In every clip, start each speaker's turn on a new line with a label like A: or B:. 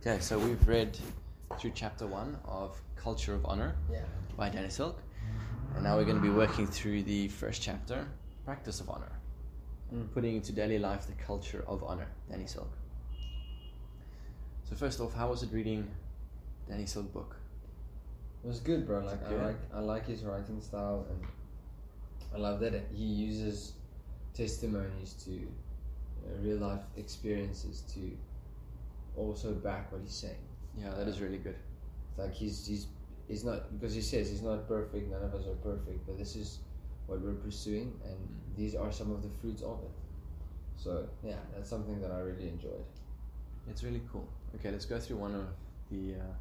A: Okay, so we've read through chapter one of Culture of Honor
B: Yeah.
A: by Danny Silk, and now we're going to be working through the first chapter, Practice of Honor, and putting into daily life the culture of honor, Danny Silk. So, first off, how was it reading Danny Silk book?
B: It was good, bro. Like
A: Good.
B: I like I like his writing style, and I love that he uses testimonies to you know, real life experiences to also back what he's saying.
A: Yeah, that is really good.
B: Like he's he's he's not because he says he's not perfect. None of us are perfect, but this is what we're pursuing, and these are some of the fruits of it. So yeah, that's something that I really enjoyed.
A: It's really cool. Okay, let's go through one of the uh,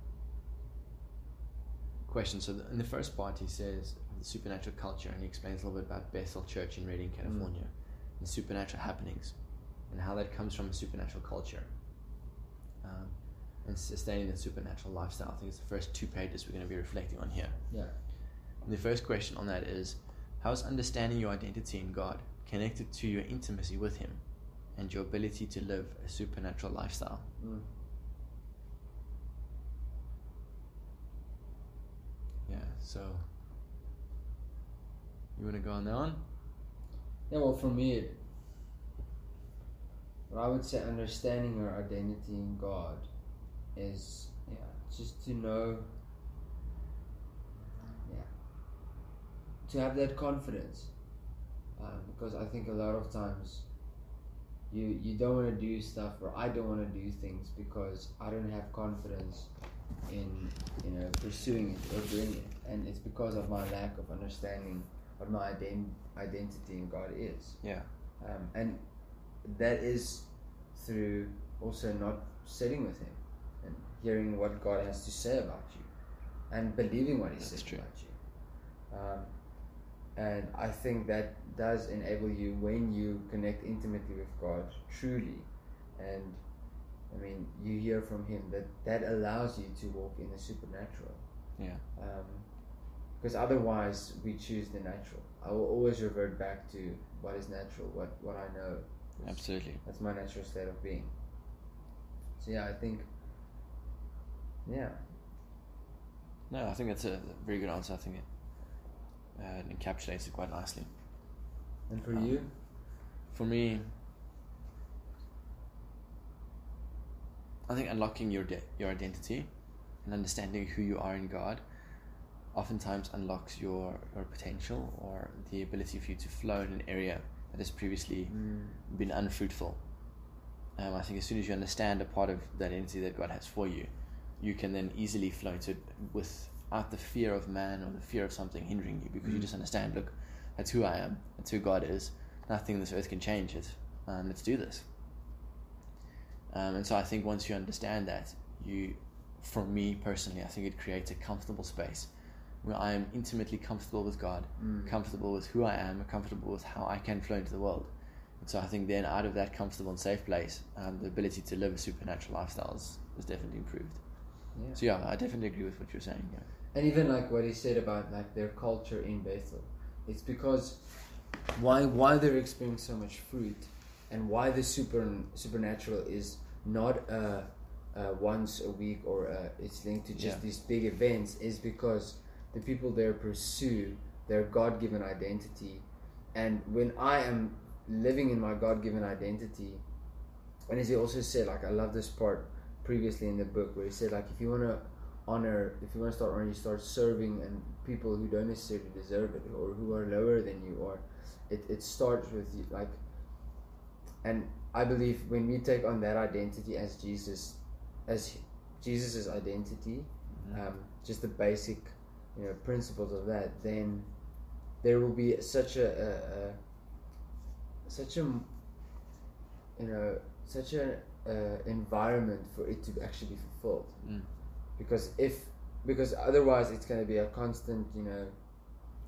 A: questions. So, the, in the first part, he says the supernatural culture, and he explains a little bit about Bethel Church in Redding, California, and supernatural happenings, and how that comes from a supernatural culture, um, and sustaining the supernatural lifestyle. I think it's the first two pages we're going to be reflecting on here.
B: Yeah.
A: And the first question on that is, how is understanding your identity in God connected to your intimacy with Him, and your ability to live a supernatural lifestyle?
B: Mm.
A: Yeah, so you want to go on that one?
B: Yeah, well, for me, it, what I would say understanding our identity in God is yeah, just to know, yeah, to have that confidence. Um, because I think a lot of times you you don't want to do stuff or I don't want to do things because I don't have confidence in you know pursuing it or doing it, and it's because of my lack of understanding what my ident- identity in God is.
A: Yeah.
B: Um, and that is through also not sitting with Him and hearing what God has to say about you and believing what He
A: That's
B: says
A: true.
B: about you. Um, and I think that does enable you when you connect intimately with God truly. And I mean, you hear from Him that that allows you to walk in the supernatural Um,
A: Yeah.
B: because otherwise we choose the natural. I will always revert back to what is natural, what what I know. That's-
A: Absolutely.
B: That's my natural state of being. So yeah, I think. Yeah,
A: No, I think that's a very good answer. I think it uh, encapsulates it quite nicely.
B: and for
A: Um,
B: you,
A: For me, I think unlocking your de- your identity and understanding who you are in God oftentimes unlocks your, your potential or the ability for you to flow in an area that has previously
B: Mm,
A: been unfruitful. Um, I think as soon as you understand a part of the identity that God has for you, you can then easily flow into it without the fear of man or the fear of something hindering you because you just understand, look, that's who I am, that's who God is, nothing on this earth can change it. Um, let's do this. Um, and so I think once you understand that, you, for me personally, I think it creates a comfortable space where I am intimately comfortable with God,
B: mm,
A: comfortable with who I am, comfortable with how I can flow into the world. And so I think then out of that comfortable and safe place, um, the ability to live a supernatural lifestyle is, is definitely improved.
B: Yeah.
A: So yeah, I definitely agree with what you're saying. Yeah.
B: and even like what he said about like their culture in Bethel, it's because why why they're experiencing so much fruit, and why the super supernatural is not a, a once a week or a, it's linked to just
A: Yeah.
B: these big events is because the people there pursue their God given identity, and when I am living in my God given identity, and as he also said, like I love this part previously in the book where he said like if you want to honor if you want to start honoring you start serving and people who don't necessarily deserve it or who are lower than you or it, it starts with you like and i believe when we take on that identity as jesus as jesus's identity
A: Mm-hmm.
B: um, just the basic you know principles of that then there will be such a, a, a such a m- you know such an uh, environment for it to actually be fulfilled
A: Mm.
B: because if because otherwise it's going to be a constant you know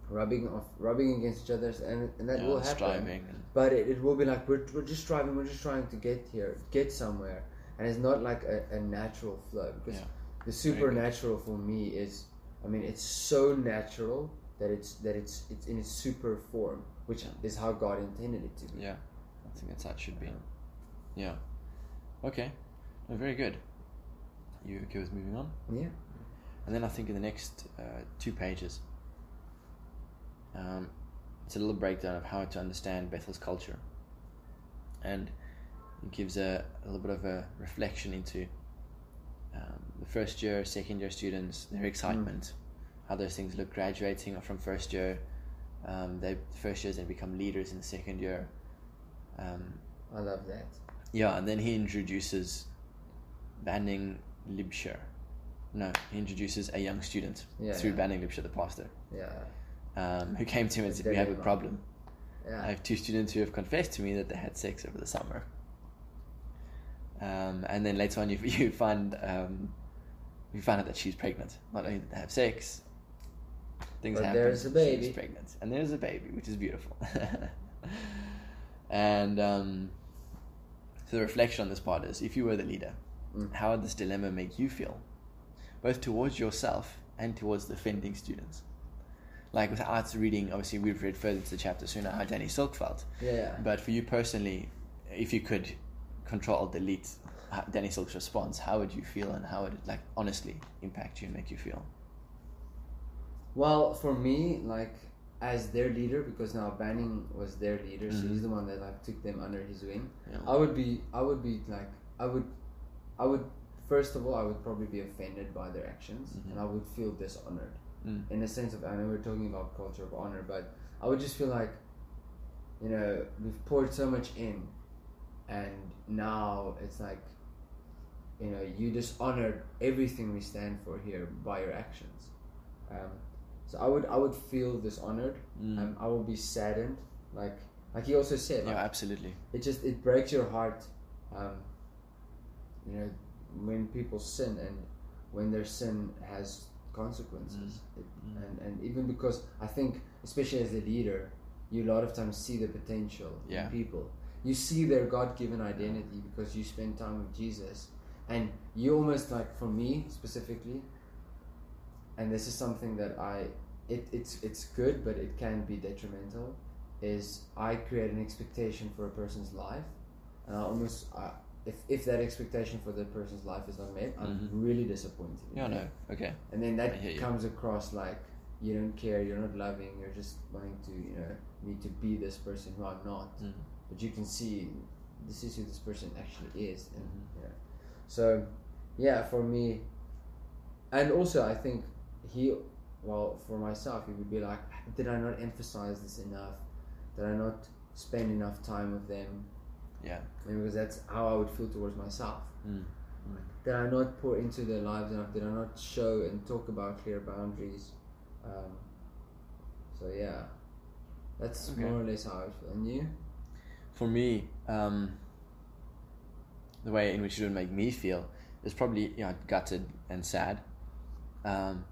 B: rubbing off rubbing against each other and, and that
A: Yeah,
B: will
A: and
B: happen
A: striving and-
B: but it, it will be like we're, we're just striving we're just trying to get here get somewhere and it's not like a, a natural flow because
A: Yeah.
B: the
A: Very good.
B: supernatural for me is i mean it's so natural that it's that it's it's in its super form which
A: Yeah.
B: is how god intended it to be
A: Yeah, I think that's how it should be. Yeah. Okay. No, very good. You okay with moving on?
B: Yeah.
A: And then I think in the next uh, two pages, um, it's a little breakdown of how to understand Bethel's culture. And it gives a, a little bit of a reflection into um, the first year, second year students, their excitement, how those things look graduating from first year. Um, they the first years they become leaders in the second year. Um,
B: I love that.
A: yeah, and then he introduces Banning Libscher. No, he introduces a young student
B: Yeah,
A: through
B: yeah.
A: Banning Libscher, the pastor,
B: Yeah.
A: um, who came to him and
B: It's
A: said, "We have a
B: definitely
A: problem.
B: not-
A: I
B: Yeah.
A: have two students who have confessed to me that they had sex over the summer." Um, and then later on, you, you find um, you find out that she's pregnant. Not only did they have sex, things
B: But
A: happen.
B: there's a
A: She's
B: baby.
A: pregnant, and there's a baby, which is beautiful. and um, so the reflection on this part is: if you were the leader,
B: Mm.
A: how would this dilemma make you feel, both towards yourself and towards the offending students? Like without reading, obviously we've read further to the chapter, so you know how Danny Silk felt.
B: Yeah.
A: But for you personally, if you could control delete uh, Danny Silk's response, how would you feel, and how would it like honestly impact you and make you feel?
B: Well, for me, like as their leader, because now Banning was their leader, so
A: Mhm.
B: he's the one that like took them under his wing.
A: Yeah.
B: I would be, I would be like, I would, I would. First of all, I would probably be offended by their actions,
A: Mhm.
B: and I would feel dishonored
A: Mm.
B: in a sense of. I know we're talking about culture of honor, but I would just feel like, you know, we've poured so much in, and now it's like, you know, you dishonored everything we stand for here by your actions. Um, so I would, I would feel dishonored.
A: Mm.
B: Um, I would be saddened. Like, like he also said,
A: yeah,
B: like,
A: absolutely.
B: it just it breaks your heart um, you know when people sin and when their sin has consequences It-
A: Mm.
B: and and even because i think especially as a leader you a lot of times see the potential
A: Yeah.
B: in people you see their god-given identity because you spend time with jesus and you almost like for me specifically and this is something that i it, it's it's good but it can be detrimental is I create an expectation for a person's life, and I almost I, if if that expectation for that person's life is not met, I'm
A: Mhm.
B: really disappointed. in
A: Yeah,
B: them.
A: no, okay.
B: And then
A: I hear
B: that
A: you.
B: comes across like you don't care, you're not loving, you're just wanting to you know me to be this person who I'm not.
A: Mm.
B: But you can see this is who this person actually is, and
A: Mhm.
B: yeah. So yeah, for me, and also I think he well for myself it would be like did i not emphasize this enough did i not spend enough time with them
A: Yeah.
B: and because that's how i would feel towards myself
A: Mm.
B: did i not pour into their lives enough did i not show and talk about clear boundaries um, so yeah that's
A: Okay.
B: more or less how i feel and you
A: For me, um, the way in which it would make me feel is probably you know, gutted and sad. Um,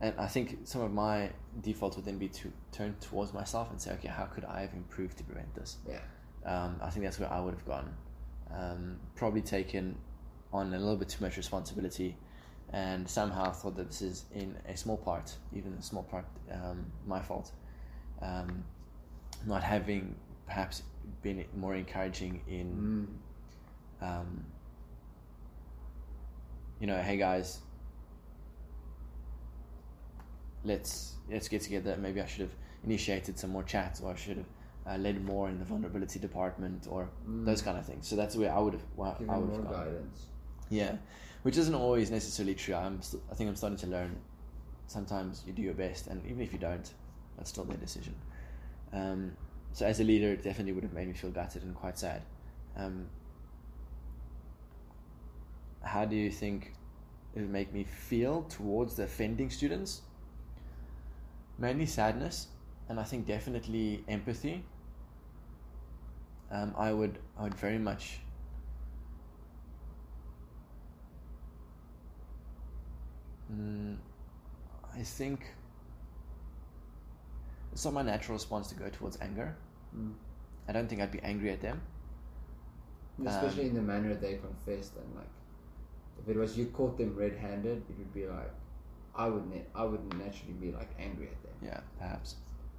A: and I think some of my defaults would then be to turn towards myself and say, okay, how could I have improved to prevent this?
B: Yeah.
A: Um, I think that's where I would have gone. Um, probably taken on a little bit too much responsibility and somehow thought that this is in a small part, even a small part, um, my fault. Um, not having perhaps been more encouraging in
B: mm.
A: um, you know, hey guys, let's let's get together. Maybe I should have initiated some more chats, or I should have uh, led more in the vulnerability department, or
B: Mm.
A: those kind of things. So that's where I would have where
B: give
A: I
B: them
A: would
B: more
A: have gone.
B: guidance
A: Yeah, which isn't always necessarily true. I'm st- I think I'm starting to learn. Sometimes you do your best, and even if you don't, that's still their decision. Um, so as a leader, it definitely would have made me feel gutted and quite sad. Um, how do you think it would make me feel towards the offending students? Mainly sadness, and I think definitely empathy. Um, I would I would very much Mm, I think it's not my natural response to go towards anger.
B: Mm.
A: I don't think I'd be angry at them.
B: especially
A: Um,
B: in the manner they confessed and like if it was you caught them red-handed it would be like i would na- i would naturally be like angry at them
A: Yeah, perhaps.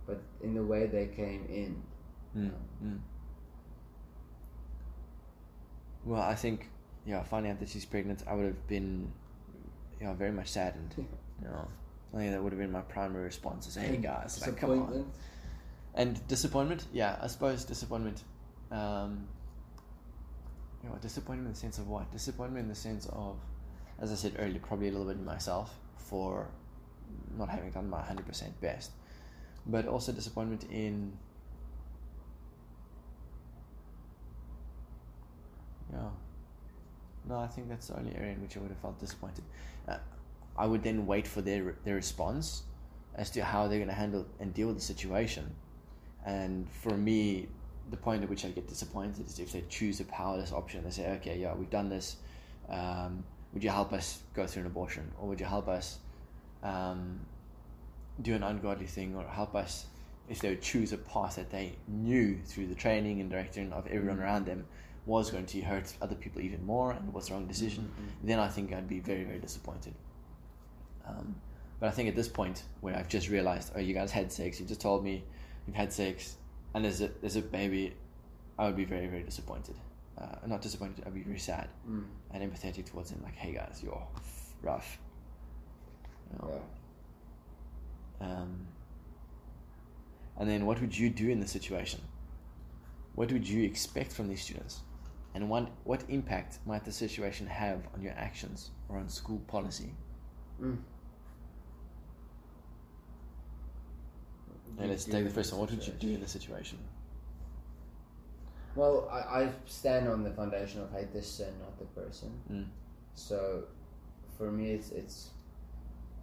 B: but in the way they came in
A: Mm.
B: um,
A: Well, I think yeah, finding out that she's pregnant, I would have been, yeah, very much saddened. You know, I think that would have been my primary response is, "Hey guys, like, come on."
B: Disappointment.
A: And disappointment, yeah, I suppose disappointment. Um, you know, disappointment in the sense of what? Disappointment in the sense of, as I said earlier, probably a little bit in myself for not having done my hundred percent best, but also disappointment in. Yeah. No, I think that's the only area in which I would have felt disappointed. Uh, I would then wait for their their response as to how they're going to handle and deal with the situation. And for me, the point at which I get disappointed is if they choose a powerless option. They say, "Okay, yeah, we've done this. Um, would you help us go through an abortion, or would you help us um, do an ungodly thing, or help us?" If they would choose a path that they knew through the training and directing of everyone around them was going to hurt other people even more and was the wrong decision, then I think I'd be very, very disappointed. Um, but I think at this point, where I've just realized, oh, you guys had sex, you just told me you've had sex, and there's a, there's a baby, I would be very, very disappointed. Uh, not disappointed, I'd be very sad
B: Mm.
A: and empathetic towards him, like, hey guys, you're rough. You know?
B: Yeah.
A: Um, and then what would you do in this situation? What would you expect from these students? And what, what impact might the situation have on your actions or on school policy?
B: Mm.
A: And let's
B: Do
A: take the
B: it
A: first one. What would you
B: situation.
A: do in this situation?
B: Well, I, I stand on the foundation of hate the sin, not the person.
A: Mm.
B: So, for me, it's it's,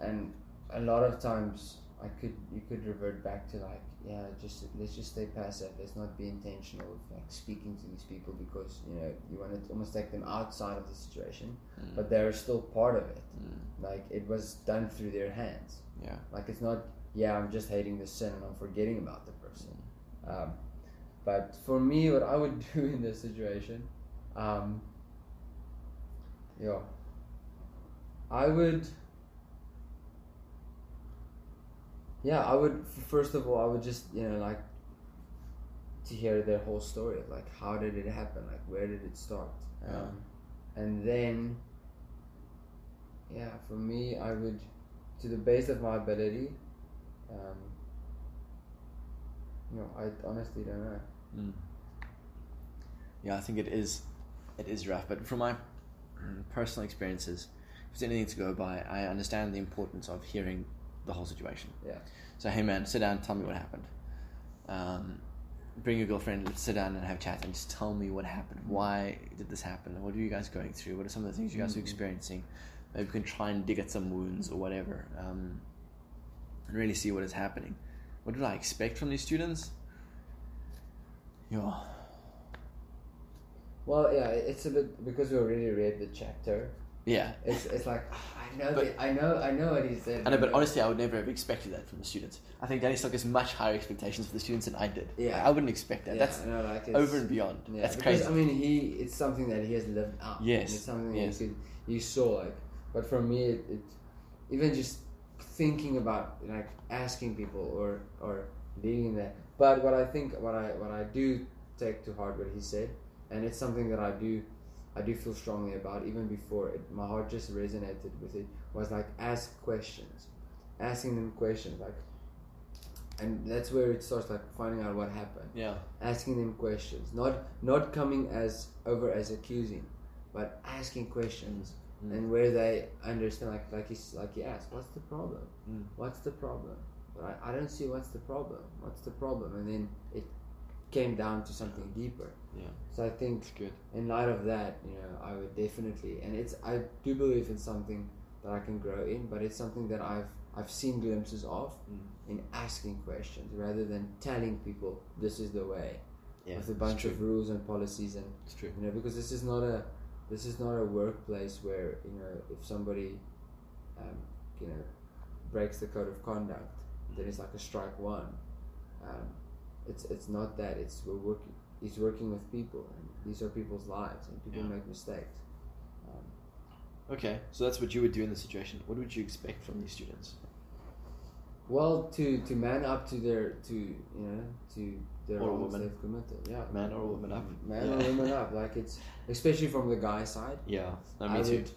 B: and a lot of times I could you could revert back to like yeah, just let's just stay passive. Let's not be intentional with like speaking to these people because you know you want to almost take them outside of the situation,
A: Mm.
B: but they're still part of it.
A: Mm.
B: Like it was done through their hands.
A: Yeah.
B: Like it's not, yeah, I'm just hating the sin and I'm forgetting about the person.
A: Mm.
B: Um, but for me, what I would do in this situation, um, yeah, I would, yeah, I would. First of all, I would just you know like to hear their whole story, of, like how did it happen, like where did it start,
A: Yeah.
B: um, and then, yeah, for me, I would to the best of my ability. Um, no, I honestly don't know.
A: Mm. Yeah, I think it is, it is rough. But from my mm, personal experiences, if there's anything to go by, I understand the importance of hearing the whole situation.
B: Yeah.
A: So hey man, sit down, tell me what happened. Um, bring your girlfriend, let's sit down and have a chat, and just tell me what happened. Why did this happen? What are you guys going through? What are some of the things you guys are
B: Mhm.
A: experiencing? Maybe we can try and dig at some wounds or whatever, um, and really see what is happening. What did I expect from these students? Yeah.
B: Well, yeah, it's a bit because we already read the chapter.
A: Yeah.
B: It's it's like "Ah, I know,
A: But-
B: that, I know, I know what he said.
A: I know, but honestly, I would never have expected that from the students. I think Danny Stock has much higher expectations for the students than I did.
B: Yeah.
A: I wouldn't expect that.
B: yeah,
A: That's
B: I know, like it's,
A: over and beyond.
B: yeah,
A: That's
B: because,
A: crazy.
B: I mean, he it's something that he has lived out.
A: Yes,
B: it's something
A: yes.
B: that you could you saw like. But for me, it, it even just thinking about like asking people or or leading that. But what I think, what I what I do take to heart what he said, and it's something that I do. I do feel strongly about even before it, my heart just resonated with it was like ask questions asking them questions like and that's where it starts like finding out what happened
A: yeah.
B: asking them questions not not coming as over as accusing but asking questions
A: Mm.
B: and where they understand like like he's like he asked what's the problem
A: Mm.
B: what's the problem but I, I don't see what's the problem what's the problem and then it came down to something deeper
A: Yeah.
B: so i think
A: It's good.
B: in light of that you know i would definitely and it's i do believe it's something that i can grow in but it's something that i've i've seen glimpses of
A: Mm.
B: in asking questions rather than telling people this is the way
A: Yeah.
B: with a bunch of rules and policies and
A: It's true.
B: you know because this is not a this is not a workplace where you know if somebody um, you know breaks the code of conduct then it's like a strike one um, it's it's not that it's we're working he's working with people and these are people's lives and people
A: Yeah.
B: make mistakes um,
A: Okay, so that's what you would do in the situation. What would you expect from these students?
B: well to to man up to their to you know to the
A: Or a
B: wrongs
A: woman.
B: they've committed. Yeah,
A: Man or woman up.
B: man
A: yeah.
B: or woman up. Like it's especially from the guy side.
A: Yeah, no,
B: I
A: me too.
B: would-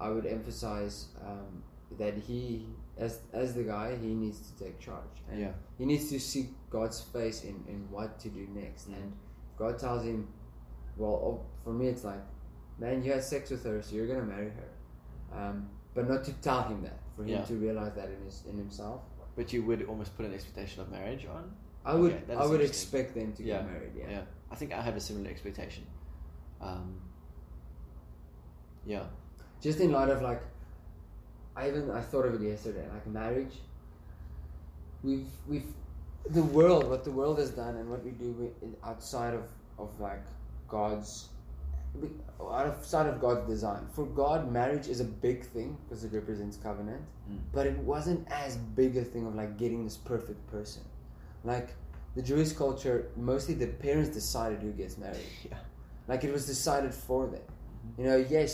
B: I would emphasize um, that he, as as the guy, he needs to take charge. And
A: Yeah.
B: He needs to seek God's face in, in what to do next.
A: Mm.
B: And God tells him, well, oh, for me, it's like, man, you had sex with her, so you're going to marry her. Um, but not to tell him that, for him
A: Yeah.
B: to realize that in, his, in himself.
A: But you would almost put an expectation of marriage on.
B: I would
A: Okay, that
B: I
A: is
B: would
A: interesting.
B: expect them to
A: Yeah.
B: get married. Yeah.
A: Yeah. I think I have a similar expectation. Um, yeah.
B: Just in light of like, I even I thought of it yesterday. Like marriage. We've we've the world what the world has done and what we do wi- in- outside of of like God's we- outside of God's design. For God, marriage is a big thing because it represents covenant.
A: Mm.
B: But it wasn't as big a thing of like getting this perfect person. Like the Jewish culture, mostly the parents decided who gets married.
A: Yeah. Mm-hmm.
B: like it was decided for them you know yes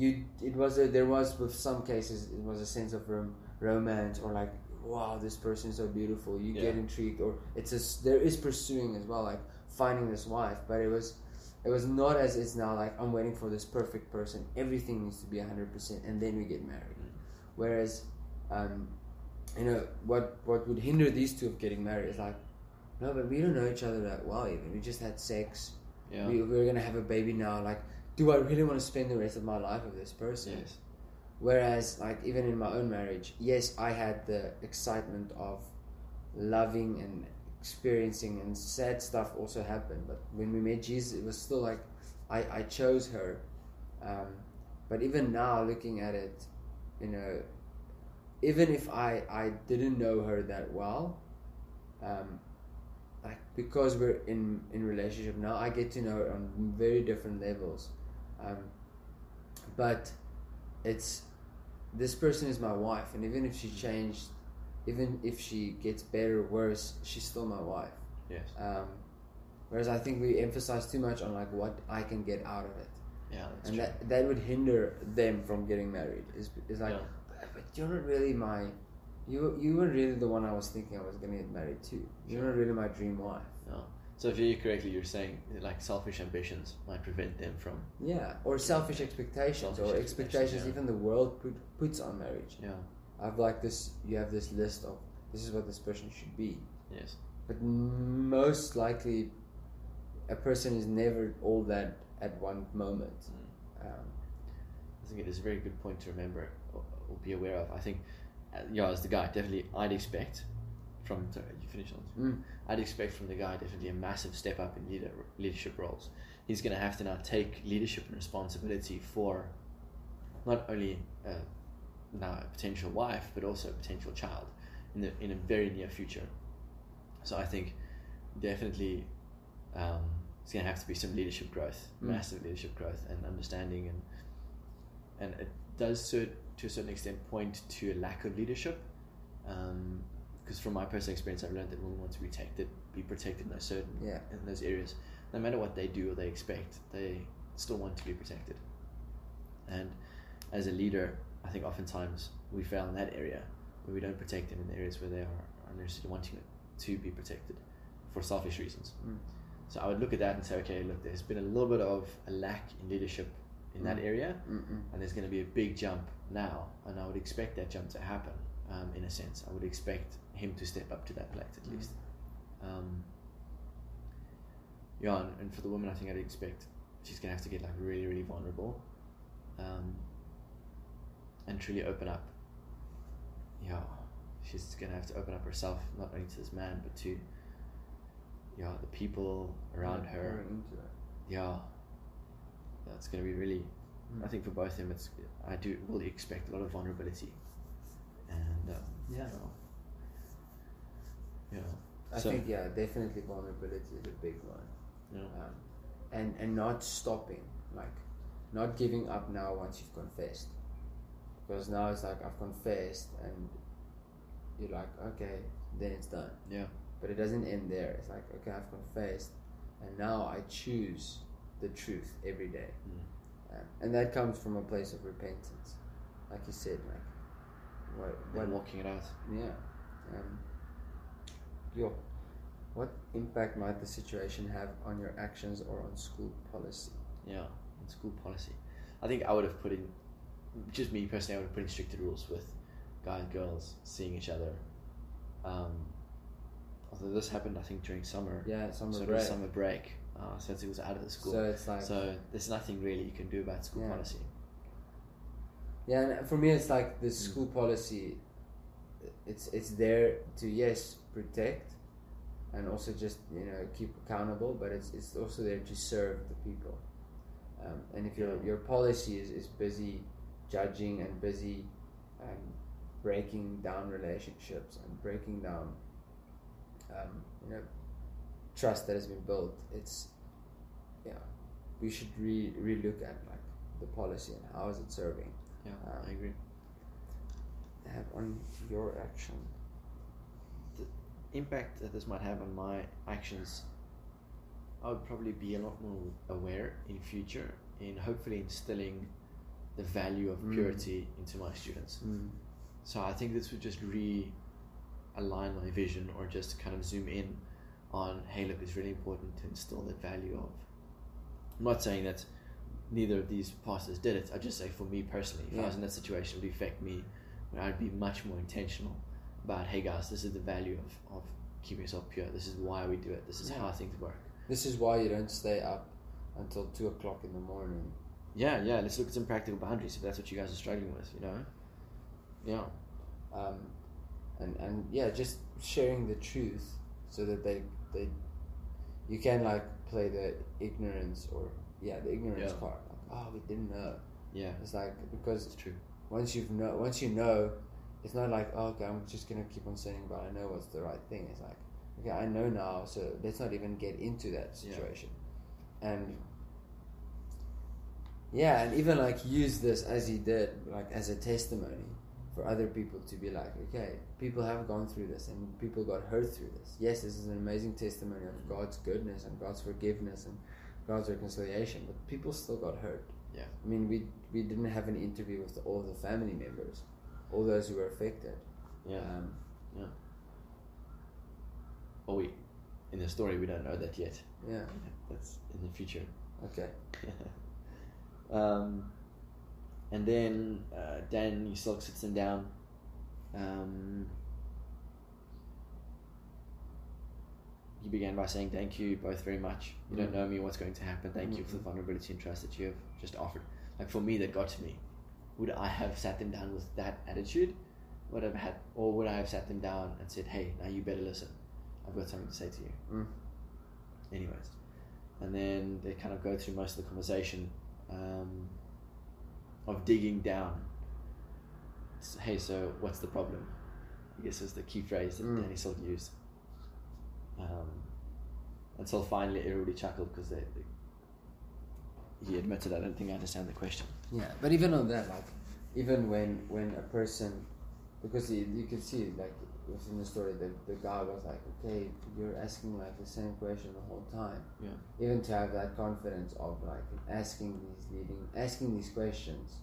B: you it was a, there was with some cases it was a sense of rom- romance or like wow this person is so beautiful you get
A: Yeah.
B: intrigued or it's a s there is pursuing as well like finding this wife but it was it was not as it's now like i'm waiting for this perfect person everything needs to be 100% and then we get married
A: Mm.
B: whereas um, you know what what would hinder these two of getting married is like no but we don't know each other that well even we just had sex
A: Yeah.
B: we, we're gonna have a baby now. Like, do I really want to spend the rest of my life with this person?
A: yes.
B: Whereas, like, even in my own marriage, yes, I had the excitement of loving and experiencing, and sad stuff also happened. But when we met Jesus, it was still like I, I chose her. Um, but even now, looking at it, you know, even if I, I didn't know her that well, um, like because we're in in relationship now, I get to know her on very different levels. Um, but it's this person is my wife, and even if she changed, even if she gets better or worse, she's still my wife.
A: Yes.
B: Um, whereas I think we emphasize too much on like what I can get out of it,
A: Yeah. That's
B: and
A: true.
B: that that would hinder them from getting married. Is is like,
A: Yeah.
B: but you're not really my, you you were really the one I was thinking I was gonna get married to. You're not really my dream wife.
A: So if you hear correctly, you're saying like selfish ambitions might prevent them from.
B: Yeah, or selfish expectations,
A: Selfish
B: or
A: expectations,
B: expectations
A: yeah.
B: even the world put, puts on marriage.
A: Yeah.
B: I've like this. You have this list of this is what this person should be,
A: Yes.
B: but most likely, a person is never all that at one moment. Um,
A: I think it is a very good point to remember or, or be aware of. I think, uh, yeah, as the guy, definitely I'd expect from. Sorry, you finish on.
B: Mm.
A: I'd expect from the guy definitely a massive step up in leader, leadership roles. He's going to have to now take leadership and responsibility for not only uh, now a potential wife, but also a potential child in the in a very near future. So I think definitely um, it's going to have to be some leadership growth,
B: Mm.
A: massive leadership growth, and understanding, and and it does cert- to a certain extent point to a lack of leadership. Um, because from my personal experience, I've learned that women want to be protected, be protected in those certain
B: yeah,
A: in those areas. No matter what they do or they expect, they still want to be protected. And as a leader, I think oftentimes we fail in that area where we don't protect them in the areas where they are unnecessarily wanting it to be protected for selfish reasons.
B: Mm.
A: So I would look at that and say, okay, look, there's been a little bit of a lack in leadership in that
B: Mm.
A: area
B: Mm-mm.
A: and there's going to be a big jump now, and I would expect that jump to happen. Um, in a sense, I would expect him to step up to that plate at
B: Mm.
A: least. Um, yeah, and, and for the woman, I think I'd expect she's going to have to get like really, really vulnerable, um, and truly open up. Yeah, she's going to have to open up herself not only to this man but to yeah the people around
B: Yeah,
A: her.
B: we're into it.
A: Yeah, that's going to be really
B: Mm.
A: I think for both of them, it's I do really expect a lot of vulnerability, and um,
B: Yeah.
A: yeah,
B: I
A: so-
B: think yeah, definitely vulnerability is a big one.
A: yeah,
B: um, and and not stopping like not giving up now once you've confessed because now it's like i've confessed and you're like okay then it's done
A: yeah,
B: but it doesn't end there it's like okay i've confessed and now i choose the truth every day
A: Mm.
B: um, and that comes from a place of repentance like you said like what
A: when
B: what
A: walking it out.
B: yeah um, yo. What impact might the situation have on your actions or on school policy?
A: Yeah, and school policy. I think I would have put in, just me personally, I would have put in stricter rules with guy and girls seeing each other. Um, although this happened, I think, during summer.
B: Yeah, summer
A: so it
B: break.
A: was summer break. Uh, since it was out of the school.
B: So it's like
A: So there's nothing really you can do about school
B: Yeah.
A: policy.
B: yeah, and for me it's like the school policy. It's it's there to yes protect, and also just you know keep accountable, but it's it's also there to serve the people. Um, and if your
A: Yeah.
B: your policy is, is busy judging and busy um, breaking down relationships and breaking down um, you know trust that has been built, it's yeah we should re relook at like the policy and how is it serving
A: Yeah,
B: Um,
A: I agree.
B: have on your action.
A: impact that this might have on my actions, I would probably be a lot more aware in future in hopefully instilling the value of
B: Mm.
A: purity into my students. So I think this would just realign my vision or just kind of zoom in on hey, look, it's really important to instill the value of. I'm not saying that neither of these pastors did it. I just say for me personally, if I was
B: Yeah.
A: in that situation, it would affect me. Where I'd be much more intentional about hey, guys, this is the value of, of keeping yourself pure. This is why we do it. This is how
B: Yeah.
A: things work.
B: This is why you don't stay up until two o'clock in the morning.
A: Yeah, yeah. Let's look at some practical boundaries if that's what you guys are struggling with. You know. Yeah.
B: Um, and and yeah, just sharing the truth so that they they you can like play the ignorance or yeah the ignorance
A: Yeah.
B: part. Like, oh, we didn't know.
A: Yeah.
B: It's like because
A: It's true.
B: once you've know once you know, it's not like oh, okay, I'm just gonna keep on saying, but I know what's the right thing. It's like okay, I know now, so let's not even get into that
A: Yeah.
B: situation, and yeah, and even like use this as he did, like as a testimony for other people to be like, okay, people have gone through this and people got hurt through this. Yes, this is an amazing testimony of
A: Mm-hmm.
B: God's goodness and God's forgiveness and God's reconciliation, but people still got hurt.
A: Yeah.
B: I mean, we we didn't have an interview with all the family members, all those who were affected.
A: Yeah.
B: Um,
A: Oh wait, in the story we don't know that yet.
B: yeah.
A: That's in the future.
B: Okay.
A: um, and then uh, Dan he still sits him down. Um, he began by saying, "Thank you both very much. You don't
B: Mm.
A: know me. What's going to happen? Thank you for the
B: Mhm.
A: vulnerability and trust that you have just offered. Like for me, that got to me. Would I have sat them down with that attitude? Would I have had, or would I have sat them down and said, "Hey, now you better listen. I've got something to say to you."
B: Mm.
A: Anyways, and then they kind of go through most of the conversation um, of digging down. S- Hey, so what's the problem? I guess is the key phrase that
B: Mm.
A: Danny Silk used. Um, until finally everybody chuckled because they, they, he admitted, I don't think I understand the question.
B: Yeah, but even on that, like, even when when a person, because you, you can see like within the story, the the guy was like, okay, you're asking like the same question the whole time.
A: Yeah.
B: Even to have that confidence of like asking these leading asking these questions,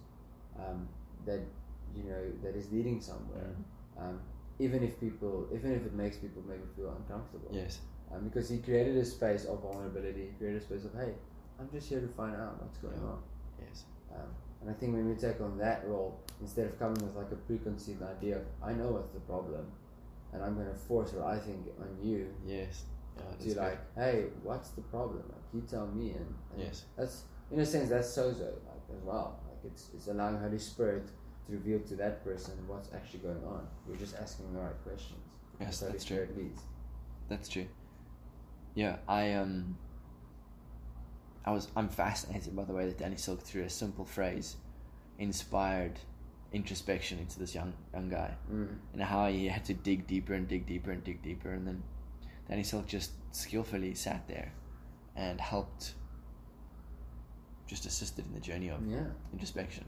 B: um, that you know that is leading somewhere. Um, even if people, even if it makes people maybe feel uncomfortable.
A: Yes.
B: um, because he created a space of vulnerability. He created a space of, hey, I'm just here to find out what's going
A: Yeah.
B: on.
A: Yes.
B: Um, and I think when we take on that role, instead of coming with like a preconceived idea of, I know what's the problem, and I'm going to force what I think on you,
A: Yes. Yeah, that's
B: to
A: good.
B: like, hey, what's the problem? Like, you tell me. And, and
A: Yes.
B: that's, in a sense, that's sozo like, as well. Like, it's, it's allowing Holy Spirit to reveal to that person what's actually going on. We're just asking the right questions.
A: Yes,
B: Holy
A: that's true.
B: Spirit leads.
A: That's true. Yeah, I um I was I'm fascinated by the way that Danny Silk threw a simple phrase inspired introspection into this young young guy
B: Mm.
A: and how he had to dig deeper and dig deeper and dig deeper and then Danny Silk just skillfully sat there and helped just assisted in the journey of
B: Yeah.
A: introspection.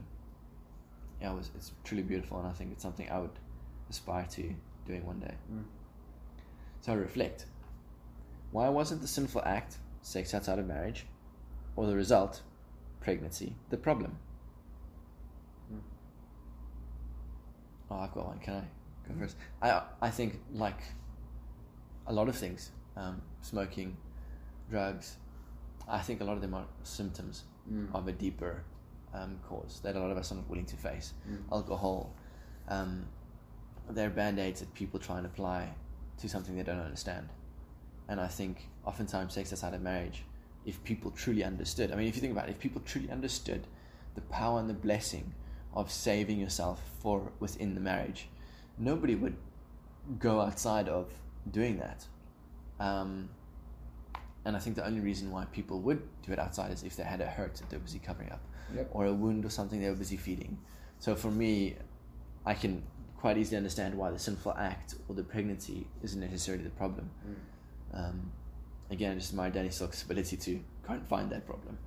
A: Yeah, it was, it's truly beautiful, and I think it's something I would aspire to doing one day.
B: Mm.
A: So reflect. Why wasn't the sinful act, sex outside of marriage, or the result, pregnancy, the problem?
B: Mm.
A: Oh, I've got one. Can I go first? I I think like a lot of things. um, smoking, drugs. I think a lot of them are symptoms
B: Mm.
A: of a deeper um, cause that a lot of us are not willing to face.
B: Mm.
A: Alcohol, um, they're band aids that people try and apply to something they don't understand. And I think oftentimes sex outside of marriage, if people truly understood, I mean, if you think about it, if people truly understood the power and the blessing of saving yourself for within the marriage, nobody would go outside of doing that. Um, and I think the only reason why people would do it outside is if they had a hurt that they were busy covering up,
B: Yep.
A: or a wound or something they were busy feeding. So for me, I can quite easily understand why the sinful act or the pregnancy isn't necessarily the problem.
B: Mm.
A: Um, again, just my Danny Silk's ability to go and find that problem.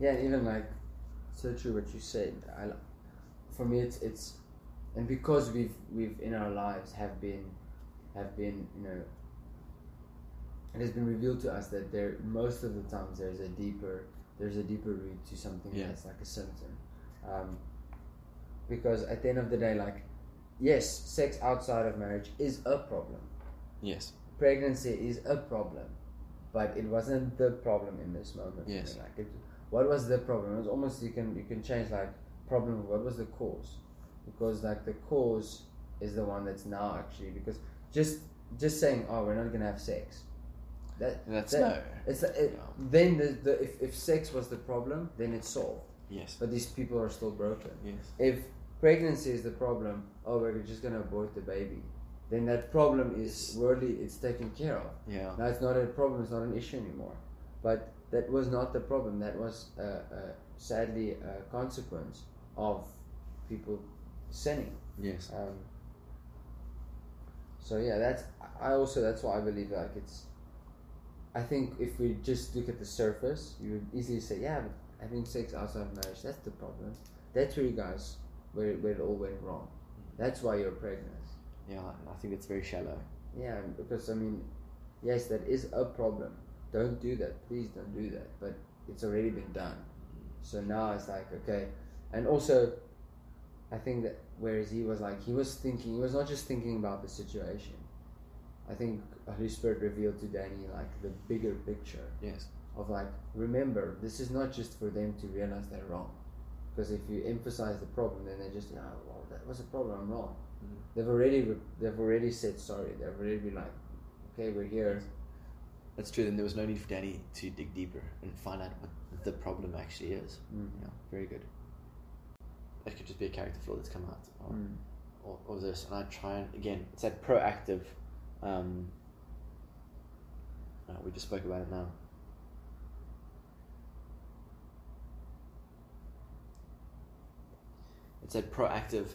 B: Yeah, and even like so true what you said. I, li- for me, it's it's, and because we've we've in our lives have been, have been you know. It has been revealed to us that there most of the times there's a deeper there's a deeper root to something
A: Yeah.
B: that's like a symptom, um, because at the end of the day, like, yes, sex outside of marriage is a problem.
A: Yes,
B: pregnancy is a problem, but it wasn't the problem in this moment. you
A: Yes.
B: know, Like, it, what was the problem? It was almost you can you can change like problem. What was the cause? Because like the cause is the one that's now actually because just just saying oh we're not gonna have sex. That
A: that's
B: that-
A: no.
B: It's it,
A: No.
B: then the, the if, if sex was the problem then it's solved.
A: Yes,
B: But these people are still broken
A: yes,
B: if pregnancy is the problem, oh, we're just gonna abort the baby, then that problem is worldly, it's taken care of.
A: yeah,
B: Now it's not a problem, it's not an issue anymore. But that was not the problem, that was uh, uh, sadly a consequence of people sinning.
A: yes,
B: Um, so yeah, that's I also that's why I believe like it's. I think if we just look at the surface, you would easily say, yeah, but having sex outside of marriage, that's the problem. That's where you guys, where, where it all went wrong. That's why you're pregnant.
A: yeah. and I think it's very shallow.
B: Yeah, because I mean, yes, that is a problem. Don't do that. Please don't do that. But it's already been done. So now it's like, okay. And also, I think that whereas he was like, he was thinking, he was not just thinking about the situation. I think Holy Spirit revealed to Danny like the bigger picture
A: Yes,
B: of like, remember, this is not just for them to realize they're wrong. Because if you emphasize the problem, then they just, oh, well, that was a problem, I'm wrong.
A: Mhm.
B: They've already, re- they've already said sorry. They've already been like, okay, we're here.
A: that's true. Then there was no need for Danny to dig deeper and find out what the problem actually is.
B: Mm.
A: Yeah, very good. That could just be a character flaw that's come out or,
B: Mm.
A: or, or this. And I try and, again, it's that proactive. Um, uh, we just spoke about it now. It's that proactive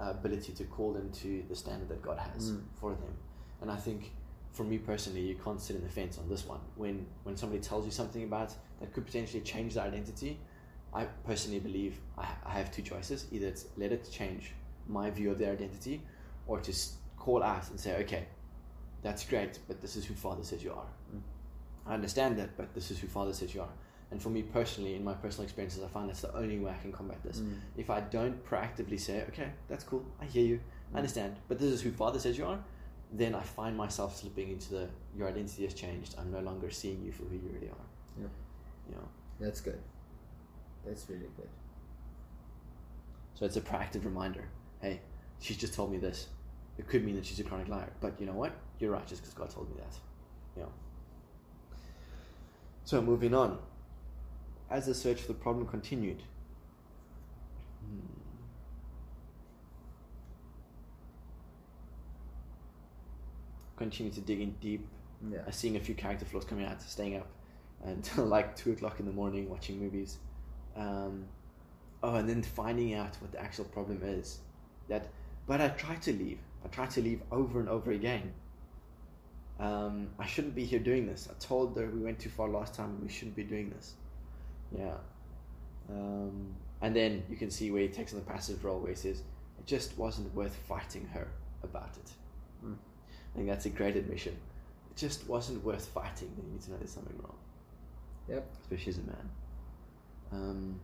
A: uh, ability to call them to the standard that God has
B: Mm.
A: for them. And I think for me personally, you can't sit in the fence on this one. When, when somebody tells you something about that could potentially change their identity, I personally believe I, I have two choices. Either it's let it change my view of their identity or to s- call out and say, okay, that's great, but this is who Father says you are.
B: Mm.
A: I understand that, but this is who Father says you are. And for me personally, in my personal experiences, I find that's the only way I can combat this.
B: Mm.
A: If I don't proactively say, okay, that's cool, I hear you,
B: Mm.
A: I understand, but this is who Father says you are, then I find myself slipping into the, your identity has changed, I'm no longer seeing you for who you really are.
B: Yeah.
A: You know?
B: That's good. That's really good.
A: So it's a proactive reminder. Hey, she's just told me this. It could mean that she's a chronic liar, but you know what? You're right, just because God told me that. You know. So moving on. As the search for the problem continued. Hmm. Continue to dig in deep
B: Yeah.
A: uh, seeing a few character flaws coming out, staying up until like two o'clock in the morning watching movies. Um, oh, and then finding out what the actual problem is. That, but I try to leave. I try to leave over and over again. Um, I shouldn't be here doing this. I told her we went too far last time. and We shouldn't be doing this. Yeah. Um, and then you can see where he takes on the passive role, where he says, "It just wasn't worth fighting her about it." Hmm.
B: Mm.
A: I think that's a great admission it just wasn't worth fighting, then you need to know there's something wrong.
B: Yep.
A: Especially as a man. Um,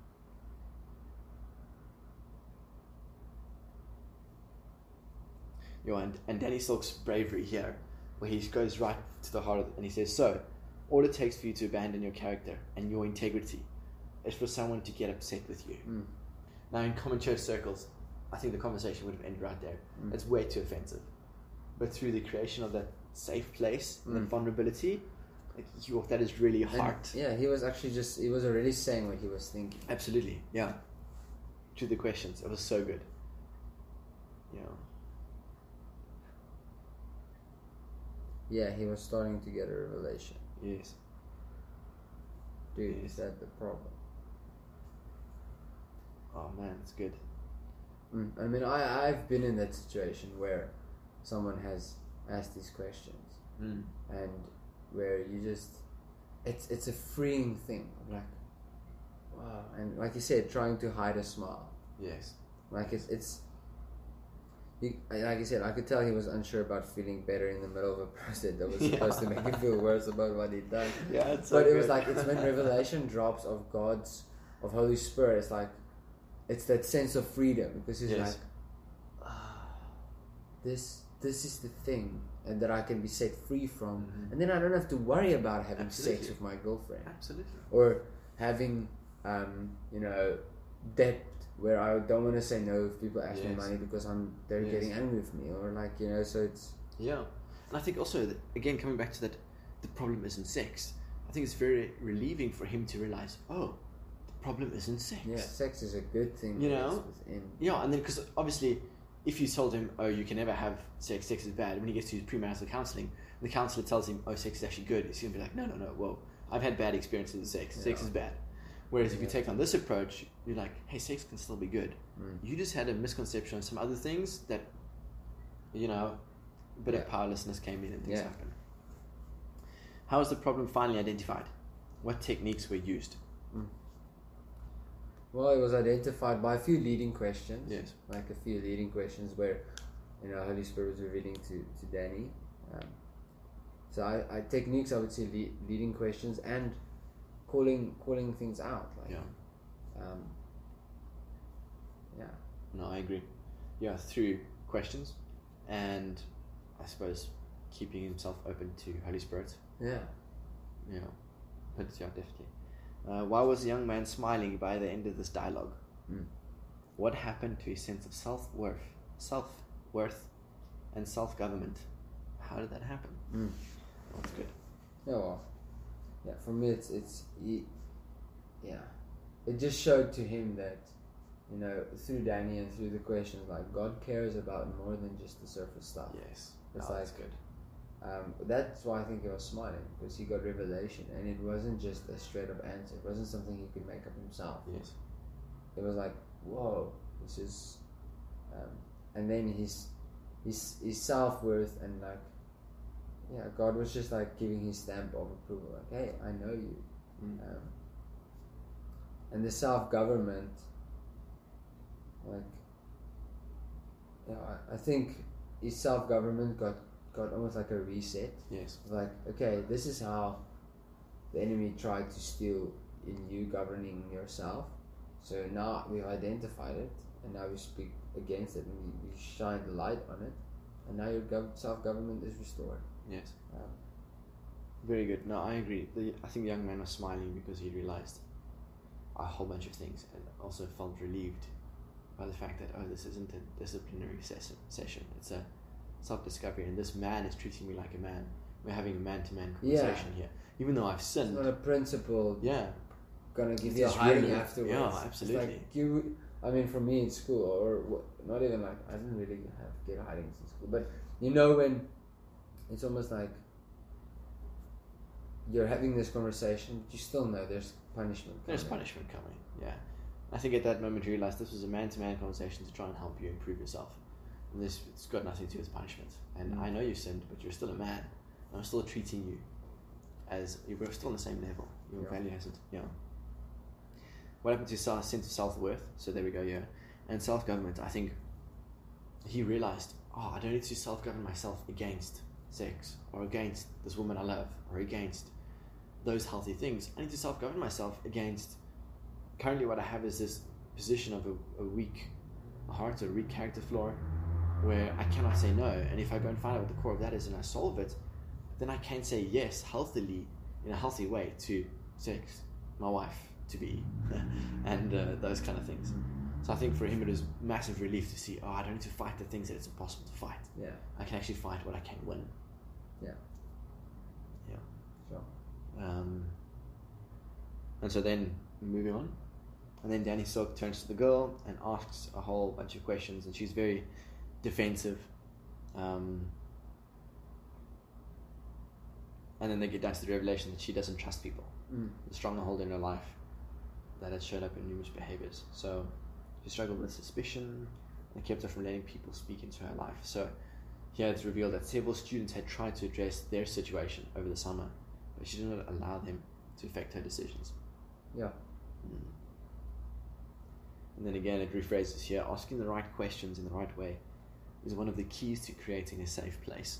A: yo, and, and Danny Silk's bravery here where he goes right to the heart of it and he says, So, all it takes for you to abandon your character and your integrity is for someone to get upset with you.
B: Mm.
A: Now, in common church circles, I think the conversation would have ended right there.
B: Mm.
A: It's way too offensive. But through the creation of that safe place and
B: Mm.
A: that vulnerability, like, you, that is really
B: And,
A: heart.
B: yeah, he was actually just he was already saying what he was thinking.
A: Absolutely, yeah. To the questions, it was so good. Yeah,
B: Yeah, he was starting to get a revelation.
A: yes.
B: Dude,
A: Yes.
B: is that the problem?
A: Oh man, it's good.
B: Mm. I mean, I I've been in that situation where someone has asked these questions
A: Mm.
B: and where you just it's it's a freeing thing. I'm like, wow, and like you said, trying to hide a smile.
A: Yes.
B: Like it's it's. He, I- like I said, I could tell he was unsure about feeling better in the middle of a process that was
A: Yeah.
B: supposed to make him feel worse about what he'd done.
A: Yeah, it's so
B: but it was
A: good.
B: like it's when revelation drops of God's of Holy Spirit. It's like it's that sense of freedom because he's
A: Yes.
B: like, ah, this this is the thing, and that I can be set free from,
A: Mhm.
B: and then I don't have to worry about having
A: Absolutely.
B: sex with my girlfriend
A: Absolutely.
B: or having um, you know debt where I don't want to say no if people ask me
A: Yes.
B: money because I'm they're
A: Yes.
B: getting angry with me or like you know so it's
A: Yeah, and I think also that, again coming back to that, the problem isn't sex. I think it's very relieving for him to realize, oh, the problem isn't sex.
B: yeah sex is a good thing
A: You
B: when
A: know?
B: it's within
A: Yeah, and then because obviously, if you told him, oh, you can never have sex, sex is bad, when he gets to his premarital counseling, the counselor tells him, oh, sex is actually good, he's going to be like, no, no, no, whoa, I've had bad experiences with sex, sex
B: Yeah.
A: is bad. Whereas if you
B: Yeah.
A: take on this approach, you're like, hey, sex can still be good.
B: Mm.
A: You just had a misconception of some other things that, you know, a bit of
B: Yeah.
A: powerlessness came in and things
B: Yeah.
A: happen. How was the problem finally identified? What techniques were used?
B: well it was identified by a few leading questions
A: Yes.
B: like a few leading questions where you know Holy Spirit was revealing to to Danny um, so I, I techniques I would say lead, leading questions and calling calling things out like
A: Yeah.
B: um, yeah
A: No, I agree. Yeah, through questions and I suppose keeping himself open to Holy Spirit.
B: yeah
A: Yeah. But yeah, definitely. Uh, why was the young man smiling by the end of this dialogue? Hmm.
B: Mm.
A: What happened to his sense of self worth self worth and self government? How did that happen?
B: Mm.
A: That's good.
B: Yeah, Oh, well, yeah. For me, it's it's he, yeah. It just showed to him that you know through Danny and through the questions, like God cares about more than just the surface stuff.
A: Yes.
B: It's
A: Oh, that's
B: like-
A: good.
B: Um, that's why I think he was smiling because he got revelation, and it wasn't just a straight up answer. It wasn't something he could make up himself.
A: Yes.
B: It was like, whoa, this is. Um, and then his his his self worth and like, yeah, God was just like giving his stamp of approval. Like, hey, I know you.
A: Mm.
B: um, and the self government. Like, you know, I, I think his self government got got almost like a reset.
A: Yes.
B: Like, okay, this is how the enemy tried to steal in you governing yourself. So now we've identified it, and now we speak against it, and we, we shine the light on it, and now your gov- self government is restored.
A: Yes.
B: Um,
A: Very good. No, I agree. The, I think the young man was smiling because he realized a whole bunch of things and also felt relieved by the fact that, oh, this isn't a disciplinary session. session. It's a self discovery, and this man is treating me like a man. We're having a man to man conversation here. Even though I've
B: it's
A: sinned.
B: not a principle
A: Yeah,
B: gonna give
A: It's
B: you a
A: just
B: hiding
A: really-
B: afterwards.
A: yeah,
B: It's
A: absolutely.
B: like you, I mean, for me in school, or wh- not even like I didn't really have get hidings in school, but you know when it's almost like you're having this conversation, but you still know there's punishment.
A: there's
B: coming.
A: punishment coming. Yeah. I think at that moment you realized this was a man to man conversation to try and help you improve yourself. And this it's got nothing to do with punishment. And
B: Mm.
A: I know you sinned, but you're still a man. I'm still treating you as you were still on the same level. Your
B: Yeah.
A: value hasn't yeah. What happened to his sense of self worth? So there we go, yeah. And self government, I think he realized, oh, I don't need to self govern myself against sex or against this woman I love or against those healthy things. I need to self govern myself against currently what I have is this position of a, a weak heart, a weak character flaw, where I cannot say no. And if I go and find out what the core of that is and I solve it, then I can say yes healthily, in a healthy way to sex, my wife to be, and uh, those kind of things. So I think for him it was massive relief to see, oh, I don't need to fight the things that it's impossible to fight.
B: Yeah.
A: I can actually fight what I can win.
B: Yeah.
A: Yeah.
B: Sure.
A: Um, and so then moving on, and then Danny Silk turns to the girl and asks a whole bunch of questions, and she's very defensive. Um, and then they get down to the revelation that she doesn't trust people.
B: Mm.
A: The stronghold in her life that had showed up in numerous behaviors. So she struggled with suspicion and kept her from letting people speak into her life. So here it's revealed that several students had tried to address their situation over the summer, but she did not allow them to affect her decisions.
B: Yeah.
A: Mm. And then again, it rephrases here asking the right questions in the right way is one of the keys to creating a safe place.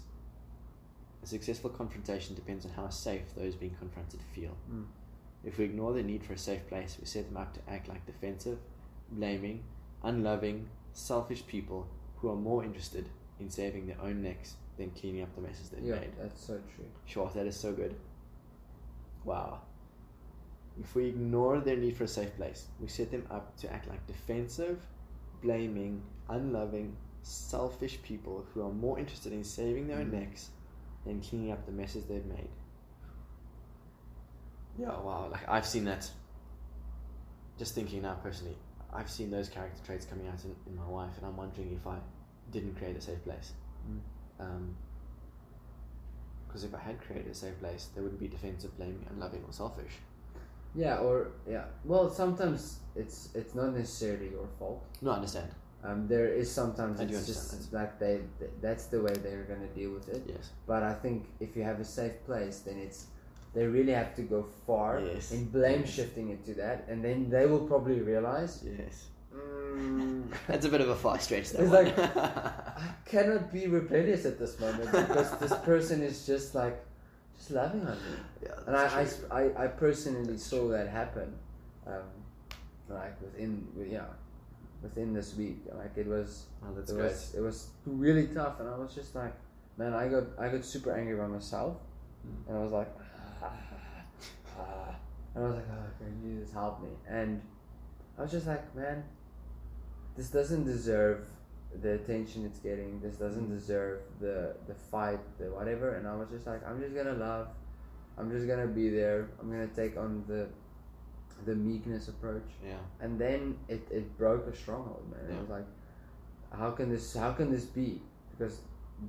A: A successful confrontation depends on how safe those being confronted feel.
B: Mm.
A: If we ignore the need for a safe place, we set them up to act like defensive, blaming, unloving, selfish people who are more interested in saving their own necks than cleaning up the messes they've
B: Yeah.
A: made.
B: That's so true.
A: Sure, that is so good. Wow. If we ignore their need for a safe place, we set them up to act like defensive, blaming, unloving, selfish people who are more interested in saving their own
B: Mm.
A: necks than cleaning up the messes they've made. Yeah, wow. Like, I've seen that. Just thinking now personally, I've seen those character traits coming out in, in my wife, and I'm wondering if I didn't create a safe place. Um,
B: Mm.
A: Because if I had created a safe place, they wouldn't be defensive, blaming, unloving, or selfish.
B: Yeah. Or yeah. Well, sometimes it's it's not necessarily your fault.
A: No, I understand.
B: Um, there is sometimes
A: I do
B: it's
A: understand
B: just that they th- that's the way they're going to deal with it.
A: Yes.
B: But I think if you have a safe place, then it's they really have to go far
A: Yes.
B: in blame
A: Yes.
B: shifting it to that, and then they will probably realize
A: Yes.
B: mm,
A: That's a bit of a far stretch, though.
B: It's
A: like.
B: I cannot be rebellious at this moment because this person is just like just loving on me.
A: yeah,
B: And I, I,
A: that's true.
B: I, I personally saw that happen, um, like within yeah, within this week. Like it was
A: Oh, that's
B: it
A: great.
B: was it was really tough, and I was just like, man, I got I got super angry by myself,
A: Mm.
B: and I was like, ah, and I was like, oh, can you just help me? And I was just like, man, this doesn't deserve the attention it's getting. This doesn't deserve the the fight, the whatever. And I was just like, I'm just gonna love. I'm just gonna be there. I'm gonna take on the the meekness approach
A: Yeah.
B: and then it, it broke a stronghold man
A: Yeah.
B: it was like how can this how can this be because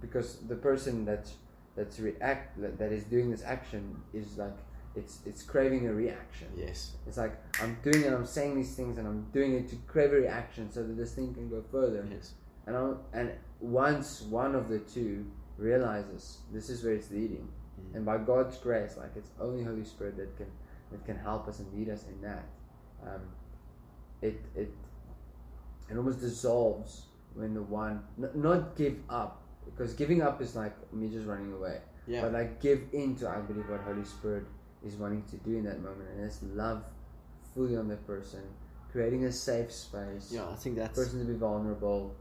B: because the person that that's react that that is doing this action is like it's it's craving a reaction
A: Yes.
B: it's like i'm doing it i'm saying these things and i'm doing it to crave a reaction so that this thing can go further
A: Yes.
B: and i and once one of the two realizes this is where it's leading
A: Mm.
B: and by God's grace, like it's only Holy Spirit that can that can help us and lead us in that. Um, it it it almost dissolves when the one n- not give up because giving up is like me just running away,
A: Yeah.
B: but like give in to I believe what Holy Spirit is wanting to do in that moment, and that's love fully on the person, creating a safe space,
A: yeah. I think that's.
B: person to be vulnerable,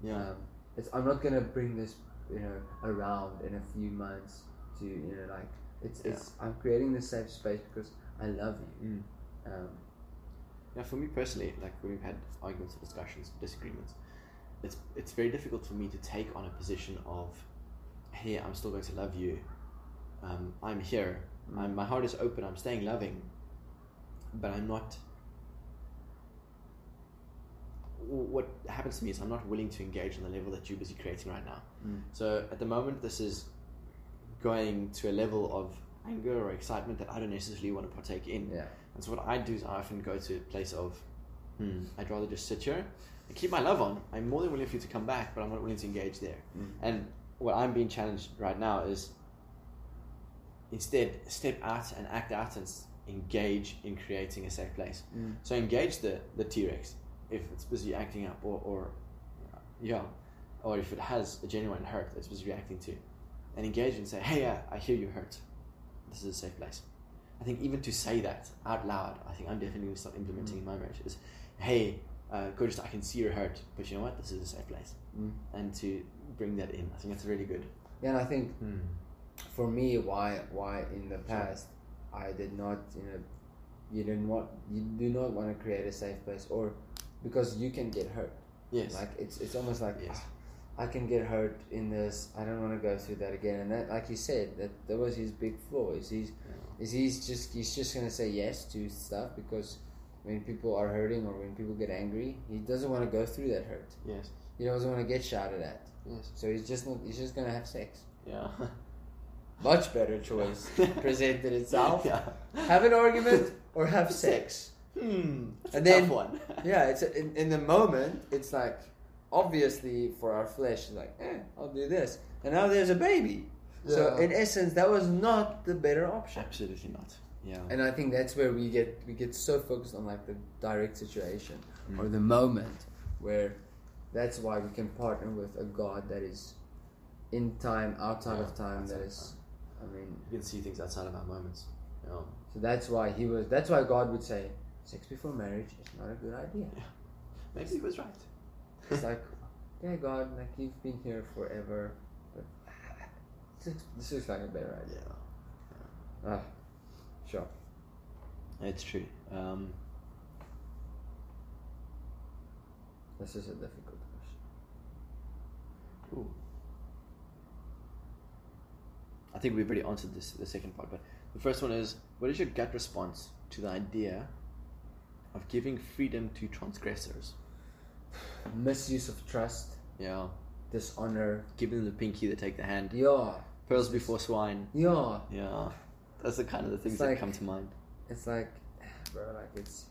A: Yeah.
B: um, it's, I'm not gonna bring this, you know, around in a few months to, you know, like it's, it's I'm creating this safe space because I love you.
A: Mm.
B: Um,
A: Yeah, for me personally, like when we've had arguments or discussions, disagreements, it's it's very difficult for me to take on a position of, hey, I'm still going to love you, um, I'm here, I'm, my heart is open, I'm staying loving, but I'm not. w- What happens to me is I'm not willing to engage on the level that you're busy creating right now.
B: Mm.
A: So at the moment, this is going to a level of anger or excitement that I don't necessarily want to partake in.
B: yeah,
A: And so what I do is I often go to a place of, hmm, I'd rather just sit here and keep my love on. I'm more than willing for you to come back, but I'm not willing to engage there.
B: Mm.
A: And what I'm being challenged right now is instead step out and act out and s- engage in creating a safe place.
B: Mm.
A: So engage the, the T-Rex if it's busy acting up or, or yeah, or if it has a genuine hurt it's busy reacting to. And engage and say, hey, I, I hear you hurt. This is a safe place. I think even to say that out loud, I think I'm definitely going to start implementing
B: Mm.
A: in my marriage is, hey, uh, gorgeous, I can see your hurt, but you know what? This is a safe place.
B: Mm.
A: And to bring that in, I think that's really good.
B: Hmm. yeah. And I think for me why why in the past I did not you know you didn't want you do not want to create a safe place or because you can get hurt
A: Yes.
B: like it's it's almost like
A: Yes.
B: "Ah, I can get hurt in this I don't want to go through that again and that like you said that that was his big flaw is he's is he's just he's just gonna say yes to stuff because when people are hurting or when people get angry he doesn't want to go through that hurt
A: yes.
B: he doesn't want to get shouted at
A: Yes.
B: so he's just not he's just gonna have sex
A: Yeah.
B: much better choice presented itself
A: Yeah.
B: have an argument or have sex.
A: Hmm. That's
B: Hmm. And
A: a
B: then-
A: tough one.
B: Yeah, it's in, in the moment it's like obviously for our flesh it's like eh, I'll do this, and now there's a baby. So
A: Yeah.
B: in essence, that was not the better option.
A: Absolutely not. Yeah.
B: And I think that's where we get we get so focused on like the direct situation
A: Mm.
B: or the moment where that's why we can partner with a God that is in time, outside
A: Yeah,
B: of time.
A: outside
B: That
A: of
B: is, I mean,
A: You can see things outside of our moments. Yeah.
B: so that's why he was. That's why God would say, "Sex before marriage is not a good idea."
A: Maybe he was right.
B: It's like, yeah, God, like you've been here forever, but this looks- this looks like a better idea.
A: Yeah.
B: Ah, sure.
A: It's true. Um,
B: This is a difficult question.
A: Ooh. I think we've already answered this the second part, but the first one is what is your gut response to the idea of giving freedom to transgressors?
B: Misuse of trust,
A: Yeah.
B: dishonor.
A: Give them the pinky, they take the hand.
B: Yeah,
A: Pearls before swine.
B: yeah.
A: Yeah. That's the kind of the things
B: It's
A: that
B: like-
A: come to mind.
B: It's like, bro, like it's,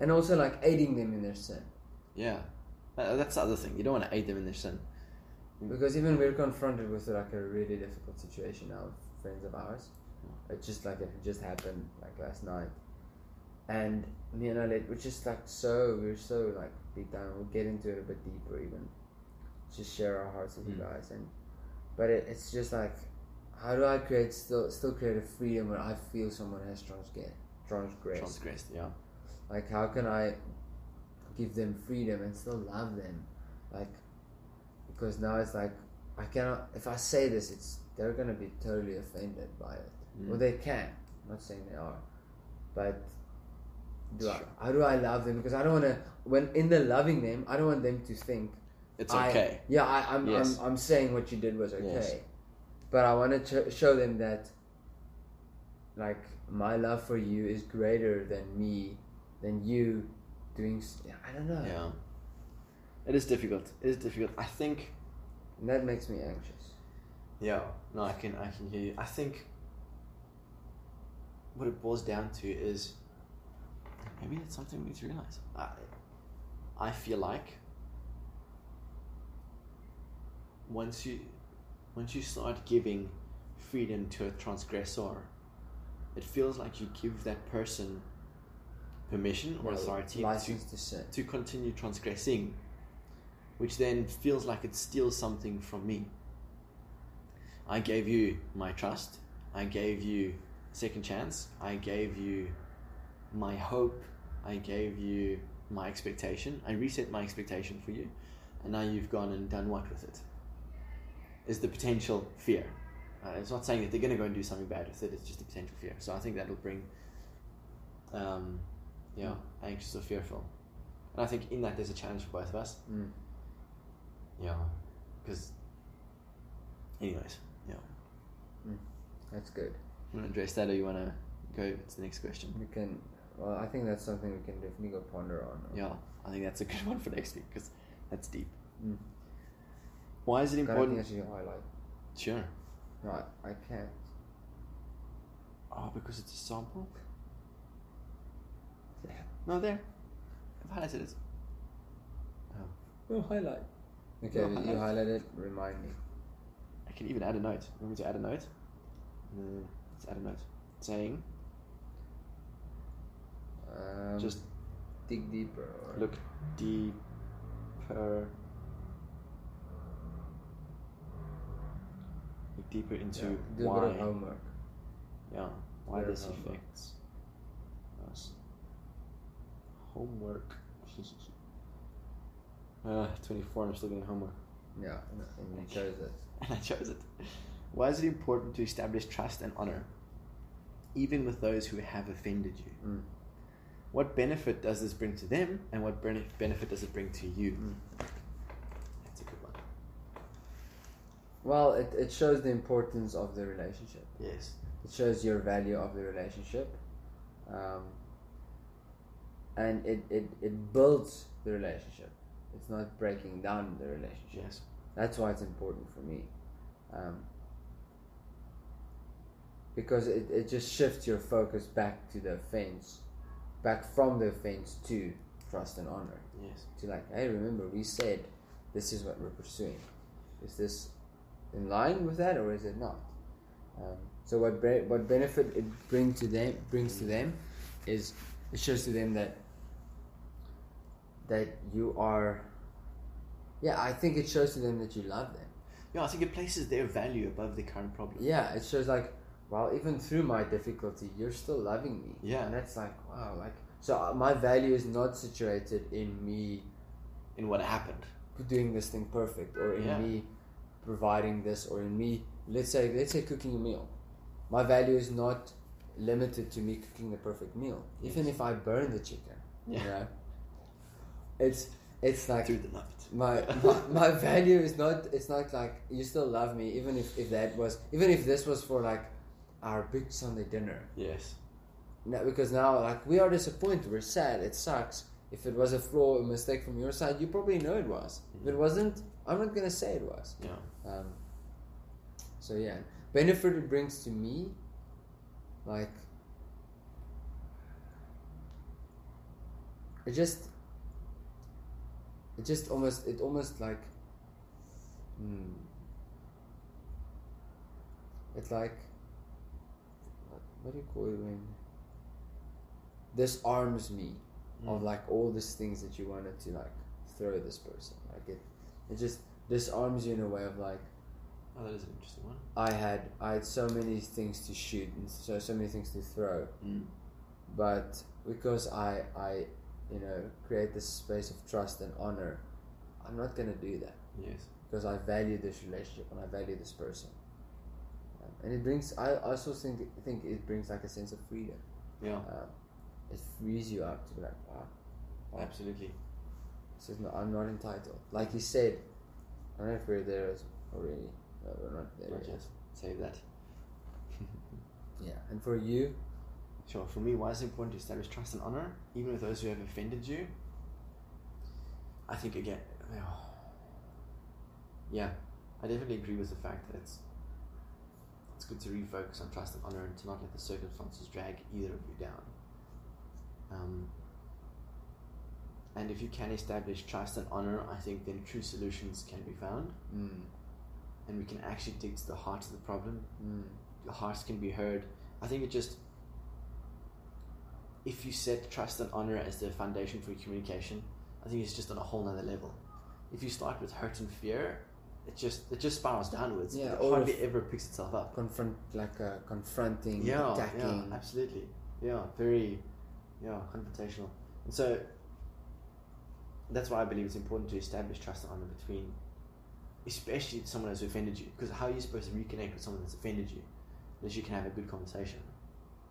B: and also like aiding them in their sin.
A: Yeah. Uh, That's the other thing. You don't want to aid them in their sin.
B: Because even we're confronted with like a really difficult situation now, with friends of ours. It just like it just happened like last night, and me and Olet were just like so we were so like deep down. We'll get into it a bit deeper even, just share our hearts with you
A: Mm.
B: guys. And but it, it's just like, how do I create still still create a freedom where I feel someone has transgressed transgressed?
A: Transgressed, yeah.
B: Like, how can I give them freedom and still love them? Like, because now it's like, I cannot, if I say this, it's they're going to be totally offended by it. Well,
A: Mm.
B: they can. I'm not saying they are. But do I,
A: Sure.
B: how do I love them? Because I don't want to, when in the loving them, I don't want them to think,
A: It's
B: I-
A: okay.
B: yeah, I, I'm,
A: Yes.
B: I'm, I'm saying what you did was okay.
A: Yes.
B: But I want to ch- show them that, like, my love for you is greater than me, than you doing. s- I don't know.
A: Yeah. It is difficult. It is difficult. I think
B: And that makes me anxious.
A: Yeah, no, I can I can hear you. I think what it boils down to is maybe that's something we need to realize. I I feel like once you once you start giving freedom to a transgressor, it feels like you give that person permission or
B: No,
A: authority to
B: License to sin.
A: to continue transgressing, which then feels like it steals something from me. I gave you my trust, I gave you second chance, I gave you my hope, I gave you my expectation, I reset my expectation for you, and now you've gone and done what with it? Is the potential fear. Uh, it's not saying that they're going to go and do something bad with it, it's just the potential fear. So I think that'll bring, um, yeah, anxious or fearful. And I think in that there's a challenge for both of us.
B: Mm.
A: Yeah. Because, anyways, yeah.
B: That's good.
A: You want to address that or you want to go to the next question?
B: We can. Well, I think that's something we can definitely go ponder on.
A: Yeah, I think that's a good one for next week because that's deep.
B: Mm.
A: Why is it
B: God, I think
A: important?
B: I should highlight.
A: Sure.
B: No, I, I can't.
A: Oh, because it's a sample?
B: Yeah.
A: No, there. I've highlighted it.
B: No highlight. Okay,
A: No
B: you
A: highlight.
B: highlight it. Remind me.
A: I can even add a note. You want me to add a note? No, let's add a note. Saying,
B: Um,
A: just
B: dig deeper. Or...
A: look deeper. Look deeper
B: Yeah,
A: into
B: do a bit of
A: why.
B: homework.
A: Yeah, why
B: bit of
A: this
B: homework.
A: affects us. Homework. uh, 24, I'm still doing homework.
B: Yeah, and, and you chose it.
A: And I chose it. Why is it important to establish trust and honor, even with those who have offended you?
B: Mm.
A: What benefit does this bring to them, and what bene- benefit does it bring to you?
B: mm.
A: That's a good one.
B: Well, it, it shows the importance of the relationship.
A: Yes.
B: It shows your value of the relationship. Um, and it, it, it builds the relationship. It's not breaking down the relationship.
A: Yes.
B: That's why it's important for me. Um, because it, it just shifts your focus back to the offense, back from the offense to trust and honor.
A: Yes.
B: To like, hey, remember, we said this is what we're pursuing. Is this in line with that or is it not? Um, so what be- what benefit it bring to them brings to them is it shows to them that that you are yeah I think it shows to them that you love them
A: Yeah, I think it places their value above the current problem.
B: yeah it shows like well even through my difficulty you're still loving me
A: Yeah.
B: and that's like wow like so uh, my value is not situated in me
A: In what happened.
B: doing this thing perfect or in
A: Yeah.
B: me providing this or in me let's say let's say cooking a meal my value is not limited to me cooking the perfect meal even if i burn the chicken
A: Yeah.
B: you know it's it's like
A: Through the night.
B: my, my my value is not it's not like you still love me even if, if that was even if this was for like our big sunday dinner
A: Yes.
B: no, because now like we are disappointed, we're sad, it sucks. If it was a flaw, a mistake from your side, you probably know it was. If it wasn't, I'm not gonna say it was.
A: Yeah.
B: Um, so yeah, benefit it brings to me, like it just, it just almost, it almost like, hmm, it's like, what, what do you call it when? Disarms me
A: Mm. Hmm.
B: of like all these things that you wanted to like throw at this person. Like it, it just disarms you in a way of like
A: Oh, that is an interesting one.
B: I had I had so many things to shoot and so so many things to throw,
A: Mm.
B: but because I I you know create this space of trust and honor, I'm not gonna do that
A: Yes.
B: because I value this relationship and I value this person. Um, and it brings I also think think it brings like a sense of freedom.
A: Yeah.
B: Um, it frees you up to be like wow. wow,
A: Absolutely.
B: says, no, I'm not entitled. Like he said, I don't know if we're there as- already. No, we're not there
A: Right,
B: yet.
A: yes. Save that.
B: Yeah. And for you,
A: Sure. For me, why is it important to establish trust and honor, even with those who have offended you? I think again, yeah, I definitely agree with the fact that it's it's good to refocus on trust and honor and to not let the circumstances drag either of you down. Um, and if you can establish trust and honor, I think then true solutions can be found,
B: mm,
A: and we can actually dig to the heart of the problem
B: mm,
A: the hearts can be heard. I think it just if you set trust and honor as the foundation for your communication, I think it's just on a whole nother level. If you start with hurt and fear, it just it just spirals downwards.
B: Yeah,
A: it
B: or
A: hardly
B: if-
A: ever picks itself up.
B: confront like uh, confronting,
A: Yeah, yeah,
B: attacking.
A: absolutely. Yeah, very, yeah, confrontational. And so that's why I believe it's important to establish trust and honor between, especially someone who's offended you. Because how are you supposed to reconnect with someone that's offended you, unless you can have a good conversation?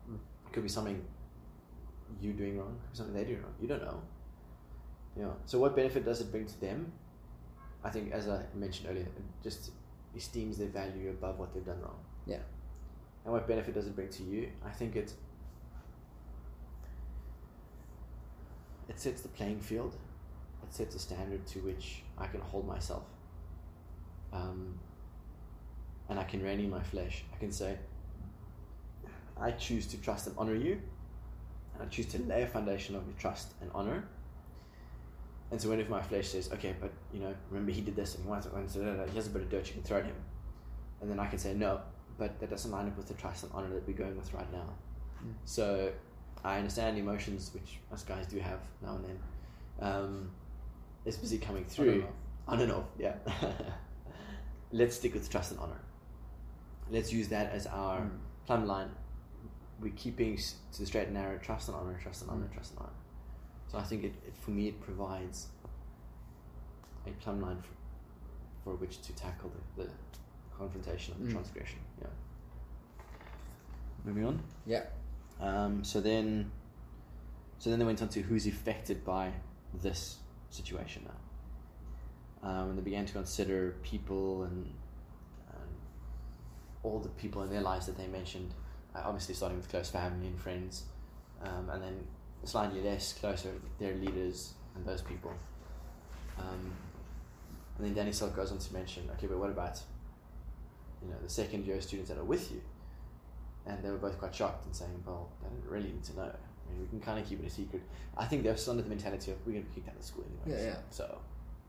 B: Mm.
A: It could be something you doing wrong, it could be something they doing wrong. You don't know. Yeah. So what benefit does it bring to them? I think, as I mentioned earlier, it just esteems their value above what they've done wrong.
B: Yeah.
A: And what benefit does it bring to you? I think it it sets the playing field. It sets a standard to which I can hold myself. Um, and I can rein in my flesh. I can say, I choose to trust and honor you. And I choose to lay a foundation of your trust and honor. And so when if my flesh says, okay, but you know, remember he did this and he wants it, and so, he has a bit of dirt, you can throw at him. And then I can say, no, but that doesn't line up with the trust and honor that we're going with right now.
B: Mm.
A: So I understand the emotions, which us guys do have now and then. Um, it's busy coming
B: I don't
A: through.
B: know.
A: On and off, Oh, yeah. Let's stick with trust and honor. Let's use that as our
B: Mm.
A: plumb line. We're keeping s- to the straight and narrow trust and honor, trust and honor, trust and honor. So I think it, it for me, it provides a plumb line for, for which to tackle the, the confrontation and
B: Mm.
A: transgression. Yeah. Moving on.
B: Yeah.
A: Um, so then, so then they went on to who's affected by this situation now, um, and they began to consider people and um, all the people in their lives that they mentioned. Uh, obviously, starting with close family and friends, um, and then slightly less closer their leaders and those people. Um, and then Danny Silk goes on to mention, okay, but what about you know the second year students that are with you? and they were both quite shocked and saying, "Well, they didn't really need to know. I mean, we can kind of keep it a secret." I think they're still under the mentality of we're going to be kicked out of school anyway.
B: Yeah, yeah.
A: So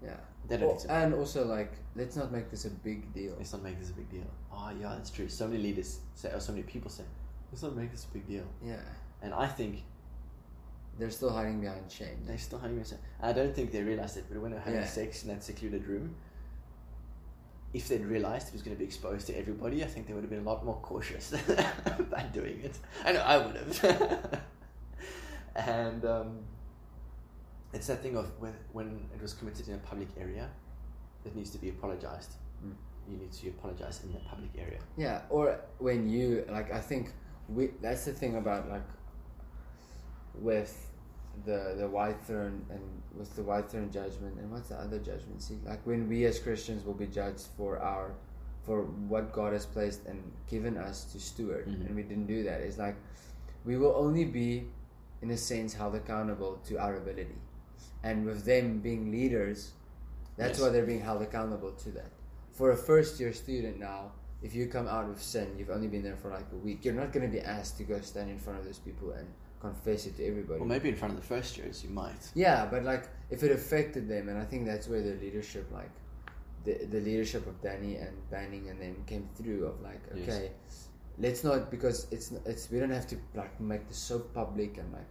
B: Yeah.
A: they don't
B: Or-
A: need to. Know.
B: and also, like, let's not make this a big deal.
A: Let's not make this a big deal. Oh yeah, that's true. So many leaders say, or so many people say, let's not make this a big deal.
B: Yeah.
A: And I think
B: They're still hiding behind shame.
A: they still having sex. I don't think they realized it, but when they're having
B: Yeah.
A: sex in that secluded room, if they'd realized it was going to be exposed to everybody, I think they would have been a lot more cautious about doing it. I know I would have. and um, it's that thing of when, when it was committed in a public area, it needs to be apologized.
B: Mm.
A: You need to apologize in that public area.
B: Yeah, or when you like, I think we that's the thing about like with the the white throne and with the white throne judgment and what's the other judgment? See, like when we as Christians will be judged for our for what God has placed and given us to steward,
A: Mhm.
B: and we didn't do that. It's like we will only be, in a sense, held accountable to our ability, and with them being leaders, that's
A: Yes.
B: why they're being held accountable to that. For a first year student now, if you come out of sin, you've only been there for like a week. You're not going to be asked to go stand in front of those people and confess it to everybody.
A: Or maybe in front of the first years, you might.
B: yeah, but like if it affected them, and I think that's where the leadership, like the the leadership of Danny and Banning and them came through of like
A: Yes.
B: okay, let's not because it's it's we don't have to like make this so public and like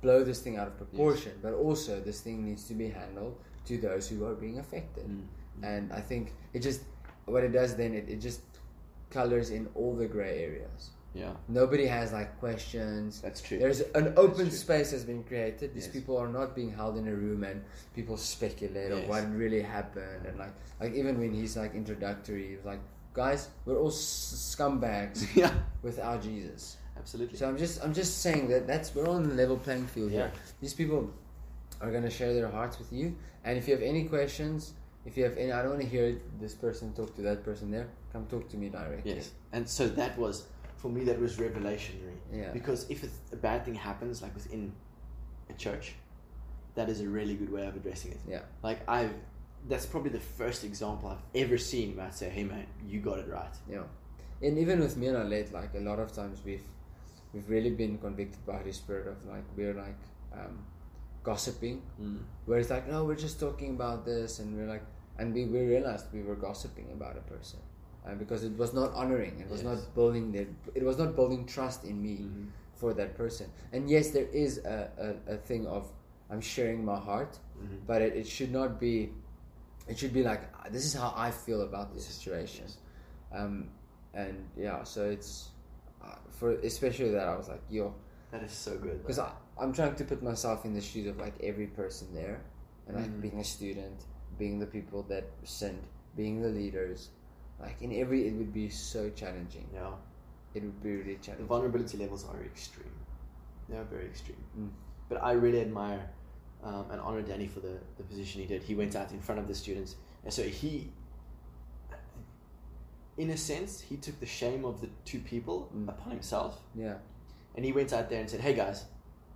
B: blow this thing out of proportion, but also this thing needs to be handled to those who are being affected
A: Mm.
B: and I think it just what it does then it, it just colors in all the gray areas.
A: Yeah,
B: Nobody has like questions.
A: that's true.
B: There's an open
A: true.
B: space has been created. These
A: Yes.
B: people are not being held in a room and people speculate on
A: Yes.
B: what really happened and like like even when he's like introductory, he was like, guys, we're all s- scumbags
A: yeah,
B: without Jesus.
A: absolutely.
B: So I'm just I'm just saying that that's we're on a level playing field here.
A: yeah.
B: These people are going to share their hearts with you. And if you have any questions, if you have any, I don't want to hear this person talk to that person there. Come talk to me directly.
A: Yes, and so that was for me that was revelationary
B: Yeah.
A: because if it's, a bad thing happens like within a church, that is a really good way of addressing it.
B: Yeah.
A: Like I've, that's probably the first example I've ever seen where I say, "Hey man, you got it right."
B: Yeah. And even with me and Alet, like a lot of times we've we've really been convicted by the spirit of like we're like um, gossiping,
A: Mm.
B: where it's like no, we're just talking about this, and we're like, and we, we realized we were gossiping about a person. Uh, because it was not honoring, it was
A: Yes. Mm.
B: not building their, it was not building trust in
A: Mm-hmm.
B: me. for that person. And yes, there is a, a, a thing of I'm sharing my heart,
A: Mhm.
B: but it, it should not be. It should be like "Ah, this is how I feel about this situation,
A: yes.
B: um, and yeah. So it's uh, for especially that I was like, yo,
A: That is so good.
B: because I'm trying to put myself in the shoes of like every person there, and like
A: Mhm.
B: being a student, being the people that send, being the leaders, like in every it would be so challenging.
A: yeah,
B: It would be really
A: the
B: challenging.
A: vulnerability levels are extreme. They are very extreme.
B: Mm.
A: But I really admire um, and honor Danny for the, the position he did. He went out in front of the students. And so he, in a sense, he took the shame of the two people
B: Mm.
A: upon himself.
B: Yeah,
A: And he went out there and said, Hey guys,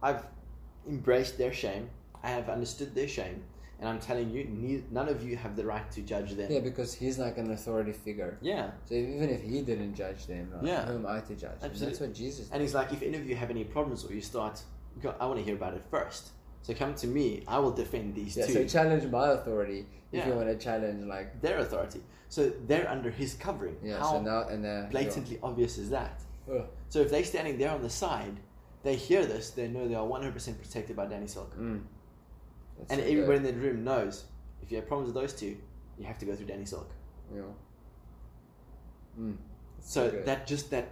A: I've embraced their shame. I have understood their shame. And I'm telling you, ne- none of you have the right to judge them.
B: yeah, because he's like an authority figure.
A: Yeah.
B: So even if he didn't judge them, like,
A: Yeah.
B: who am I to judge? And that's
A: Absolutely.
B: what Jesus did.
A: And he's like, If any of you have any problems or you start, go, I want to hear about it first. So come to me. I will defend these
B: Yeah,
A: two.
B: so challenge my authority if you
A: Yeah.
B: want to challenge, like,
A: their authority. So they're under his covering.
B: yeah,
A: How
B: so now and then.
A: blatantly obvious is that?
B: Ugh.
A: So if they're standing there on the side, they hear this, they know they are 100% protected by Danny Silk.
B: Mm. That's
A: and
B: so
A: everybody
B: good,
A: in the room knows if you have problems with those two, you have to go through Danny Silk.
B: you know. Mm.
A: So
B: good.
A: that just that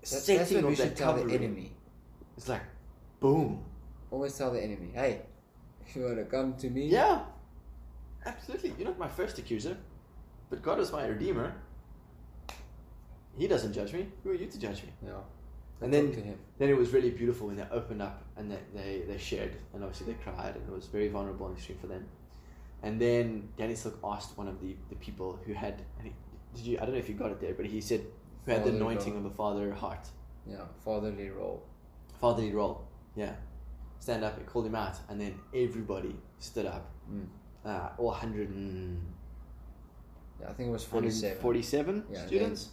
B: That's,
A: setting
B: that's what we
A: of
B: should
A: that
B: tell the
A: covering,
B: enemy.
A: it's like, boom.
B: Always tell the enemy, hey, if you want to come to me,
A: Yeah, absolutely. You're not my first accuser, but God was my redeemer. He doesn't judge me. Who are you to judge me?
B: Yeah.
A: And
B: Talk
A: then-
B: to him.
A: Then it was really beautiful when they opened up and they, they, they shared, and obviously they cried, and it was very vulnerable and extreme for them. And then Danny Silk asked one of the, the people who had, and he, did you? I don't know if you got it there, but he said who had the
B: Father
A: anointing
B: God.
A: of a father heart,
B: Yeah, fatherly role.
A: fatherly role. Yeah, stand up. It called him out, and then everybody stood up.
B: Mm.
A: Uh, all 100 and,
B: Yeah, I think it was 47.
A: 147
B: Yeah,
A: students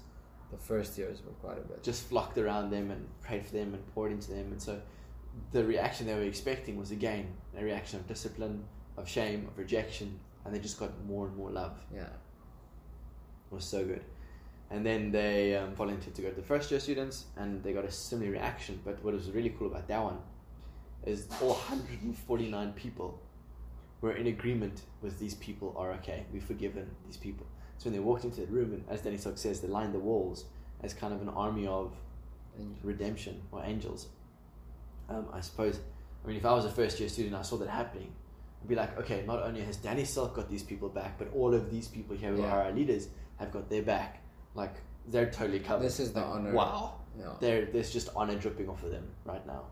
B: The first years were quite a bit.
A: just flocked around them and prayed for them and poured into them. And so the reaction they were expecting was again a reaction of discipline, of shame, of rejection, and they just got more and more love.
B: Yeah.
A: It was so good. And then they um, volunteered to go to the first year students and they got a similar reaction. But what was really cool about that one is all 149 people were in agreement with these people are okay, we've forgiven these people. So when they walked into the room, and as Danny Sock says, they lined the walls as kind of an army of
B: And
A: redemption or angels. Um, I suppose, I mean, if I was a first year student, I saw that happening. I'd be like, okay, not only has Danny Silk got these people back, but all of these people here who
B: Yeah.
A: are our leaders have got their back. Like, they're totally covered.
B: This is the
A: Like,
B: honor.
A: Wow.
B: yeah.
A: There, there's just honor dripping off of them right now.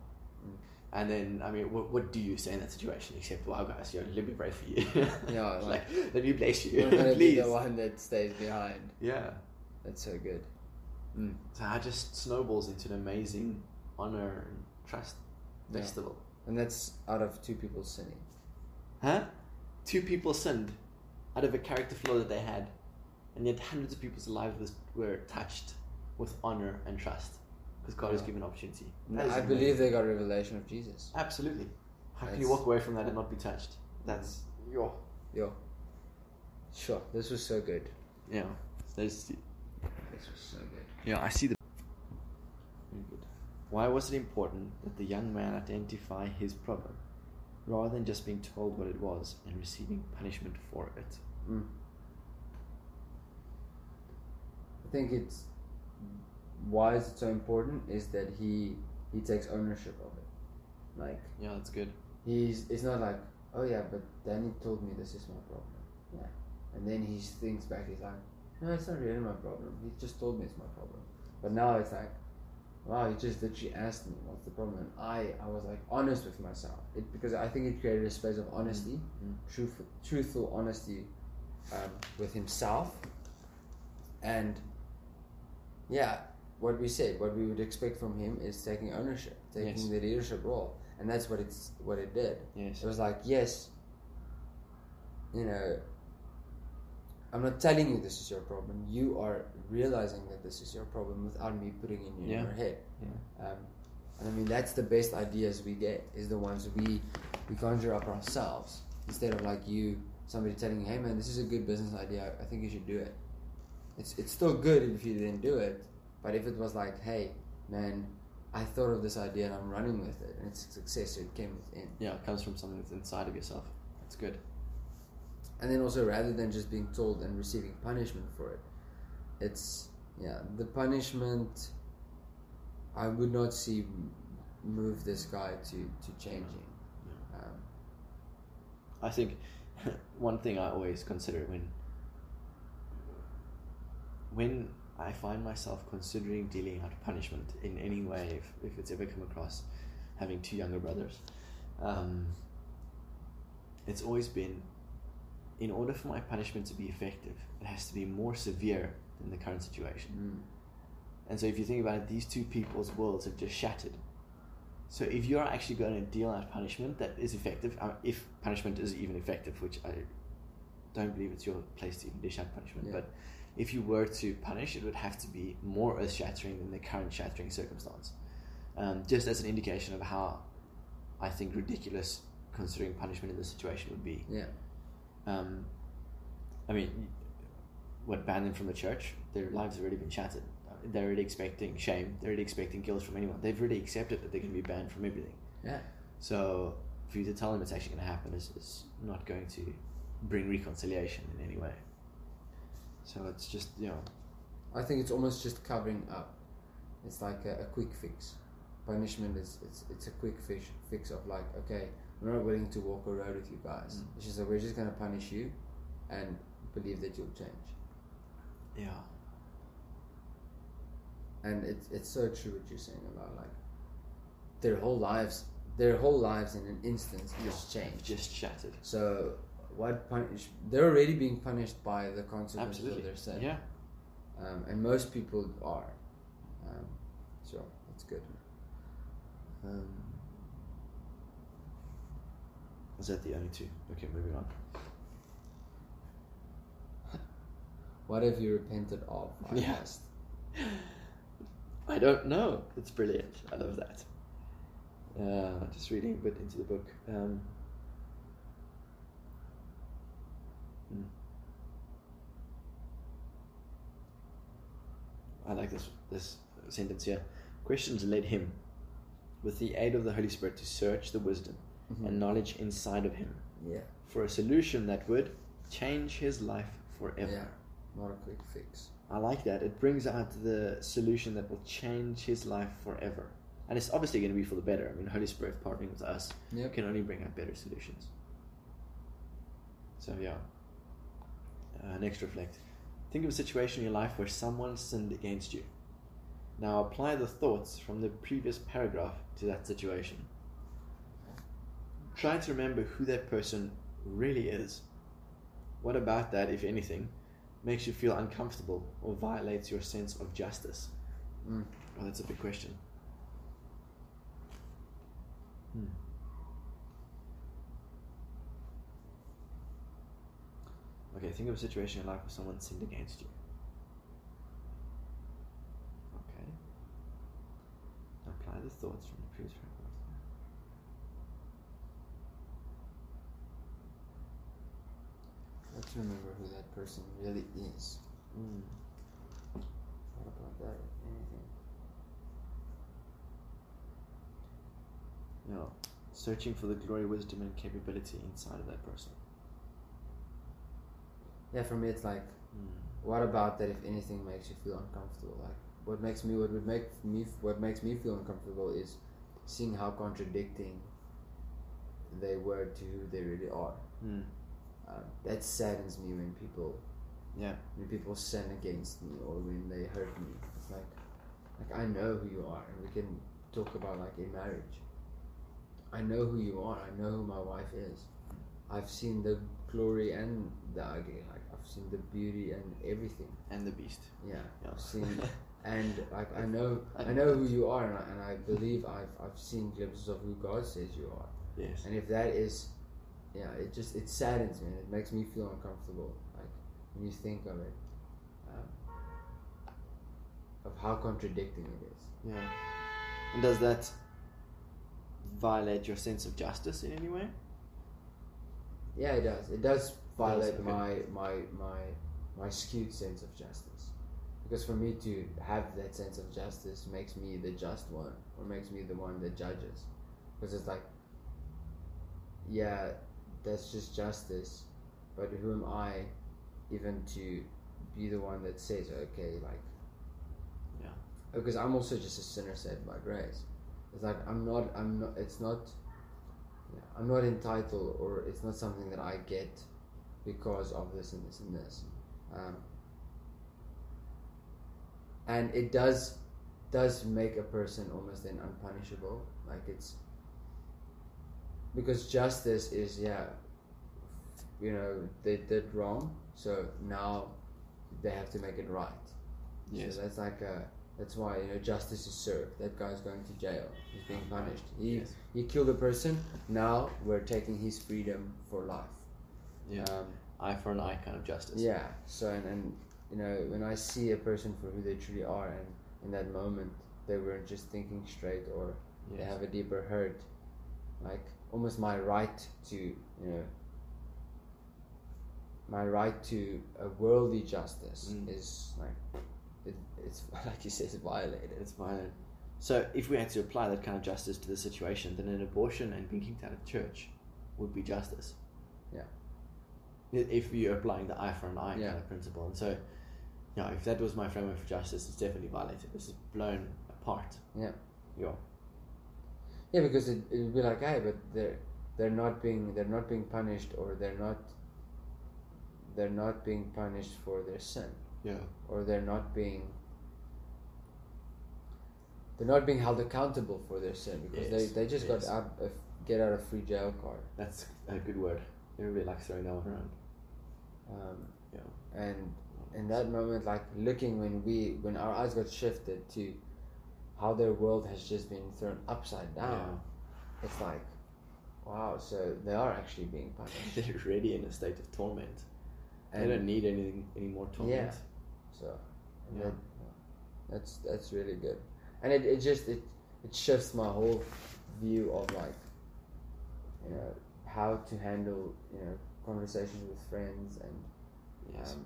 B: Mm.
A: And then, I mean, what, what do you say in that situation except, wow, guys, you know, let me pray for you.
B: Yeah,
A: like, let me bless you,
B: You're gonna be
A: please.
B: the one that stays behind.
A: Yeah.
B: That's so good.
A: So I just snowballs into an amazing honor and trust
B: Yeah.
A: festival.
B: And that's out of two people sinning.
A: Huh? Two people sinned out of a character flaw that they had, and yet hundreds of people's lives was, were touched with honor and trust because God has
B: Yeah.
A: given opportunity.
B: And
A: That is
B: I
A: amazing.
B: believe they got a revelation of Jesus.
A: Absolutely. How can you
B: That's-
A: walk away from that and not be touched? That's your.
B: Yo. Sure. This was so good.
A: Yeah. That's,
B: This was so good.
A: yeah, I see the. Very good. Why was it important that the young man identify his problem rather than just being told what it was and receiving punishment for it?
B: I think it's why is it so important is that he he takes ownership of it. Like
A: Yeah, that's good.
B: he's it's not like oh yeah but danny told me this is my problem yeah and then he thinks back he's like no it's not really my problem he just told me it's my problem but now it's like wow he just literally asked me what's the problem and i i was like honest with myself it because i think it created a space of honesty
A: Mm,
B: truth, truthful honesty um, with himself and yeah what we said what we would expect from him is taking ownership taking
A: Yes.
B: the leadership role and that's what it's what it did
A: Yes.
B: it was like, yes, you know, I'm not telling you this is your problem. You are realizing that this is your problem without me putting it in
A: Yeah.
B: your head. Um, and I mean, that's the best ideas we get is the ones we we conjure up ourselves instead of like you somebody telling you, hey man, this is a good business idea. I think you should do it. It's it's still good if you didn't do it, but if it was like, hey man, I thought of this idea and I'm running with it, and it's a success, so it came within.
A: Yeah, it comes from something that's inside of yourself. That's good.
B: and then also rather than just being told and receiving punishment for it it's yeah the punishment i would not see m- move this guy to to changing um,
A: I think one thing I always consider when when I find myself considering dealing out punishment in any way, if, if it's ever come across having two younger brothers, um, it's always been in order for my punishment to be effective, it has to be more severe than the current situation.
B: mm,
A: And so if you think about it, these two people's worlds have just shattered. So if you're actually going to deal out punishment that is effective, uh, if punishment is even effective, which I don't believe it's your place to even dish out punishment,
B: Yeah.
A: but if you were to punish, it would have to be more earth shattering than the current shattering circumstance. Um, just as an indication of how I think ridiculous considering punishment in this situation would be
B: yeah
A: um, I mean, what banned them from the church? Their lives have already been shattered. They're already expecting shame. They're already expecting guilt from anyone. They've already accepted that they're going to be banned from everything.
B: yeah
A: So for you to tell them it's actually going to happen is, is not going to bring reconciliation in any way. So it's just you know
B: i think it's almost just covering up it's like a, a quick fix punishment is it's, it's a quick fix fix of like okay we're not willing to walk a road with you guys
A: Mm.
B: it's just that we're just going to punish you and believe that you'll change
A: yeah.
B: and it's it's so true what you're saying about like their whole lives, their whole lives in an instance just
A: I've
B: change.
A: just shattered.
B: So what punish? They're already being punished by the consequences
A: Absolutely.
B: of their sin,
A: Yeah.
B: um, and most people are. Um, so that's good.
A: Um, was that the only two? Okay, moving on.
B: What have you repented of? I
A: Yeah.
B: asked.
A: I don't know. It's brilliant. I love that. Uh, just reading a bit into the book. Um, hmm. I like this this sentence here. Questions led him, with the aid of the Holy Spirit, to search the wisdom
B: Hmm.
A: and knowledge inside of him
B: Mm-hmm. Yeah,
A: for a solution that would change his life forever.
B: yeah. Not a quick fix.
A: I like that. It brings out the solution that will change his life forever. And it's obviously going to be for the better. I mean, Holy Spirit partnering with us
B: Yep.
A: can only bring out better solutions. So, yeah. Uh, next, reflect. Think of a situation in your life where someone sinned against you. Now, apply the thoughts from the previous paragraph to that situation. Try to remember who that person really is. What about that, if anything, makes you feel uncomfortable or violates your sense of justice?
B: Mm.
A: Oh, that's a big question. Hmm. Okay, think of a situation in life where someone sinned against you. Okay. Apply the thoughts from the previous paragraph.
B: Let's remember who that person really is.
A: Mm.
B: What about that? Anything?
A: No. Hmm. Searching for the glory, wisdom, and capability inside of that person.
B: Yeah, for me, it's like,
A: Mm.
B: what about that? If anything makes you feel uncomfortable, like what makes me what would make me what makes me feel uncomfortable is seeing how contradicting they were to who they really are.
A: Mm.
B: Um, that saddens me when people
A: Yeah.
B: when people sin against me or when they hurt me. It's like like I know who you are, and we can talk about like in marriage. I know who you are. I know who my wife is. I've seen the glory and the ugly. Like I've seen the beauty and everything.
A: And the beast.
B: Yeah,
A: Yeah.
B: I've seen and like I know I know who you are, and I, and I believe I've I've seen glimpses of who God says you are.
A: yes.
B: And if that is, yeah, it just it saddens me. and It makes me feel uncomfortable. Like when you think of it, um, of how contradicting it is.
A: Yeah. And does that violate your sense of justice in any way?
B: Yeah, it does. It does violate
A: okay.
B: my my my my skewed sense of justice. Because for me to have that sense of justice makes me the just one, or makes me the one that judges. Because it's like, yeah, that's just justice, but who am I, even to be the one that says, okay, like,
A: Yeah.
B: Because I'm also just a sinner saved by grace. It's like I'm not. I'm not. It's not. Yeah, I'm not entitled, or it's not something that I get because of this and this and this. Um, and it does does make a person almost an unpunishable. Like it's because justice is yeah, you know they did wrong, so now they have to make it right. So that's like a. That's why you know justice is served. That guy's going to jail. He's being punished. He
A: Yes.
B: he killed a person. Now we're taking his freedom for life.
A: Yeah.
B: Um,
A: Eye for an eye kind of justice.
B: yeah. So and, and you know when I see a person for who they truly are, and in that moment they weren't just thinking straight or they
A: Yes.
B: have a deeper hurt, like almost my right to you know. My right to a worldly justice
A: Mm.
B: is like it, it's like you said, it's violated.
A: It's violent. So if we had to apply that kind of justice to the situation, then an abortion and being kicked out of church would be justice.
B: Yeah.
A: I- If you're applying the eye for an eye
B: Yeah.
A: kind of principle. And so, yeah, if that was my framework for justice, it's definitely violated. This is blown apart.
B: Yeah.
A: Yeah.
B: Yeah, because it it would be like, hey, but they're they're not being they're not being punished, or they're not they're not being punished for their sin,
A: Yeah.
B: or they're not being They're not being held accountable for their sin because
A: Yes,
B: they, they just
A: yes.
B: got out of, get out of free jail card.
A: That's a good word. Everybody likes throwing that one around.
B: Um,
A: Yeah.
B: And in that moment, like looking when we when our eyes got shifted to how their world has just been thrown upside down, it's like, wow. So they are actually being punished.
A: They're already in a state of torment.
B: And
A: they don't need anything any more torment.
B: So
A: Yeah.
B: yeah. that's that's really good, and it, it just it it shifts my whole view of like you know how to handle you know conversations with friends and
A: Yes.
B: um,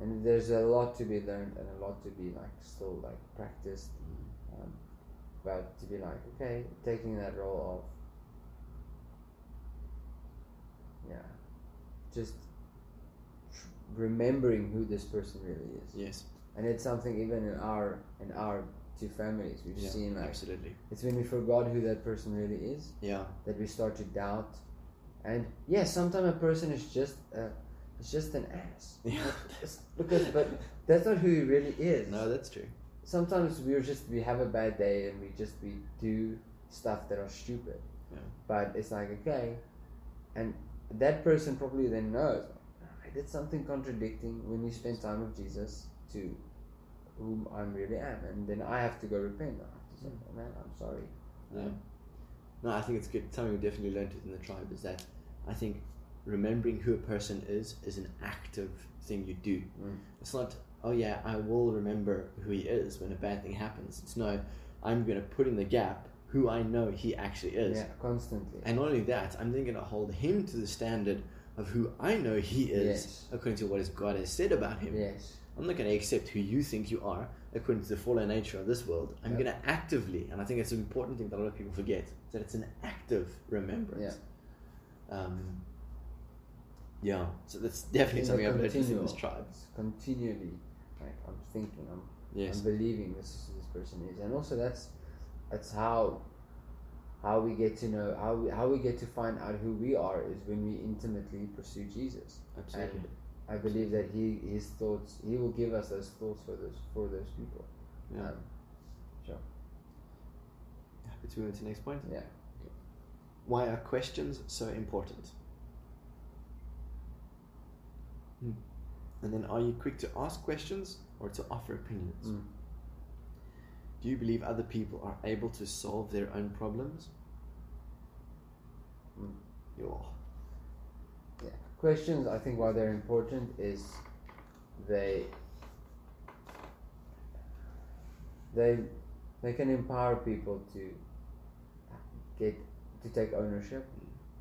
B: and there's a lot to be learned and a lot to be like still like practiced, um, but to be like okay taking that role of yeah just tr- remembering who this person really is
A: yes.
B: and it's something even in our in our two families we've
A: Yeah,
B: seen like
A: absolutely.
B: it's when we forgot who that person really is
A: Yeah.
B: that we start to doubt and yes sometimes a person is just uh, it's just an ass
A: Yeah.
B: because but that's not who he really is
A: no, that's true.
B: sometimes we're just we have a bad day and we just we do stuff that are stupid
A: Yeah.
B: but it's like okay and that person probably then knows i did something contradicting when we spend time with jesus to whom i really am and then i have to go repent now I have to say,
A: Mm.
B: man i'm sorry
A: Yeah. No, I think it's good. Something we definitely learned in the tribe is that I think remembering who a person is is an active thing you do.
B: Mm.
A: It's not, oh yeah, I will remember who he is when a bad thing happens. It's no, I'm going to put in the gap who I know he actually is.
B: yeah constantly
A: And not only that, I'm then going to hold him to the standard of who I know he is
B: Yes.
A: according to what his God has said about him.
B: yes
A: I'm not going to accept who you think you are according to the fallen nature of this world. I'm
B: Yeah.
A: going to actively, and I think it's an important thing that a lot of people forget, that it's an active remembrance. Yeah. Um, yeah, so that's definitely
B: It's a
A: something I've noticed in
B: continual.
A: this tribe.
B: it's continually like i'm thinking i'm
A: Yes.
B: and believing this is who this person is and also that's that's how how we get to know how we, how we get to find out who we are is when we intimately pursue Jesus
A: Absolutely.
B: I believe that he his thoughts he will give us those thoughts for those for those people
A: Yeah.
B: um,
A: Happy to move on to the next point.
B: yeah
A: Why are questions so important? Hmm. And then, are you quick to ask questions or to offer opinions?
B: Mm.
A: Do you believe other people are able to solve their own problems?
B: Mm.
A: Yeah.
B: questions I think why they're important is they they they can empower people to get to take ownership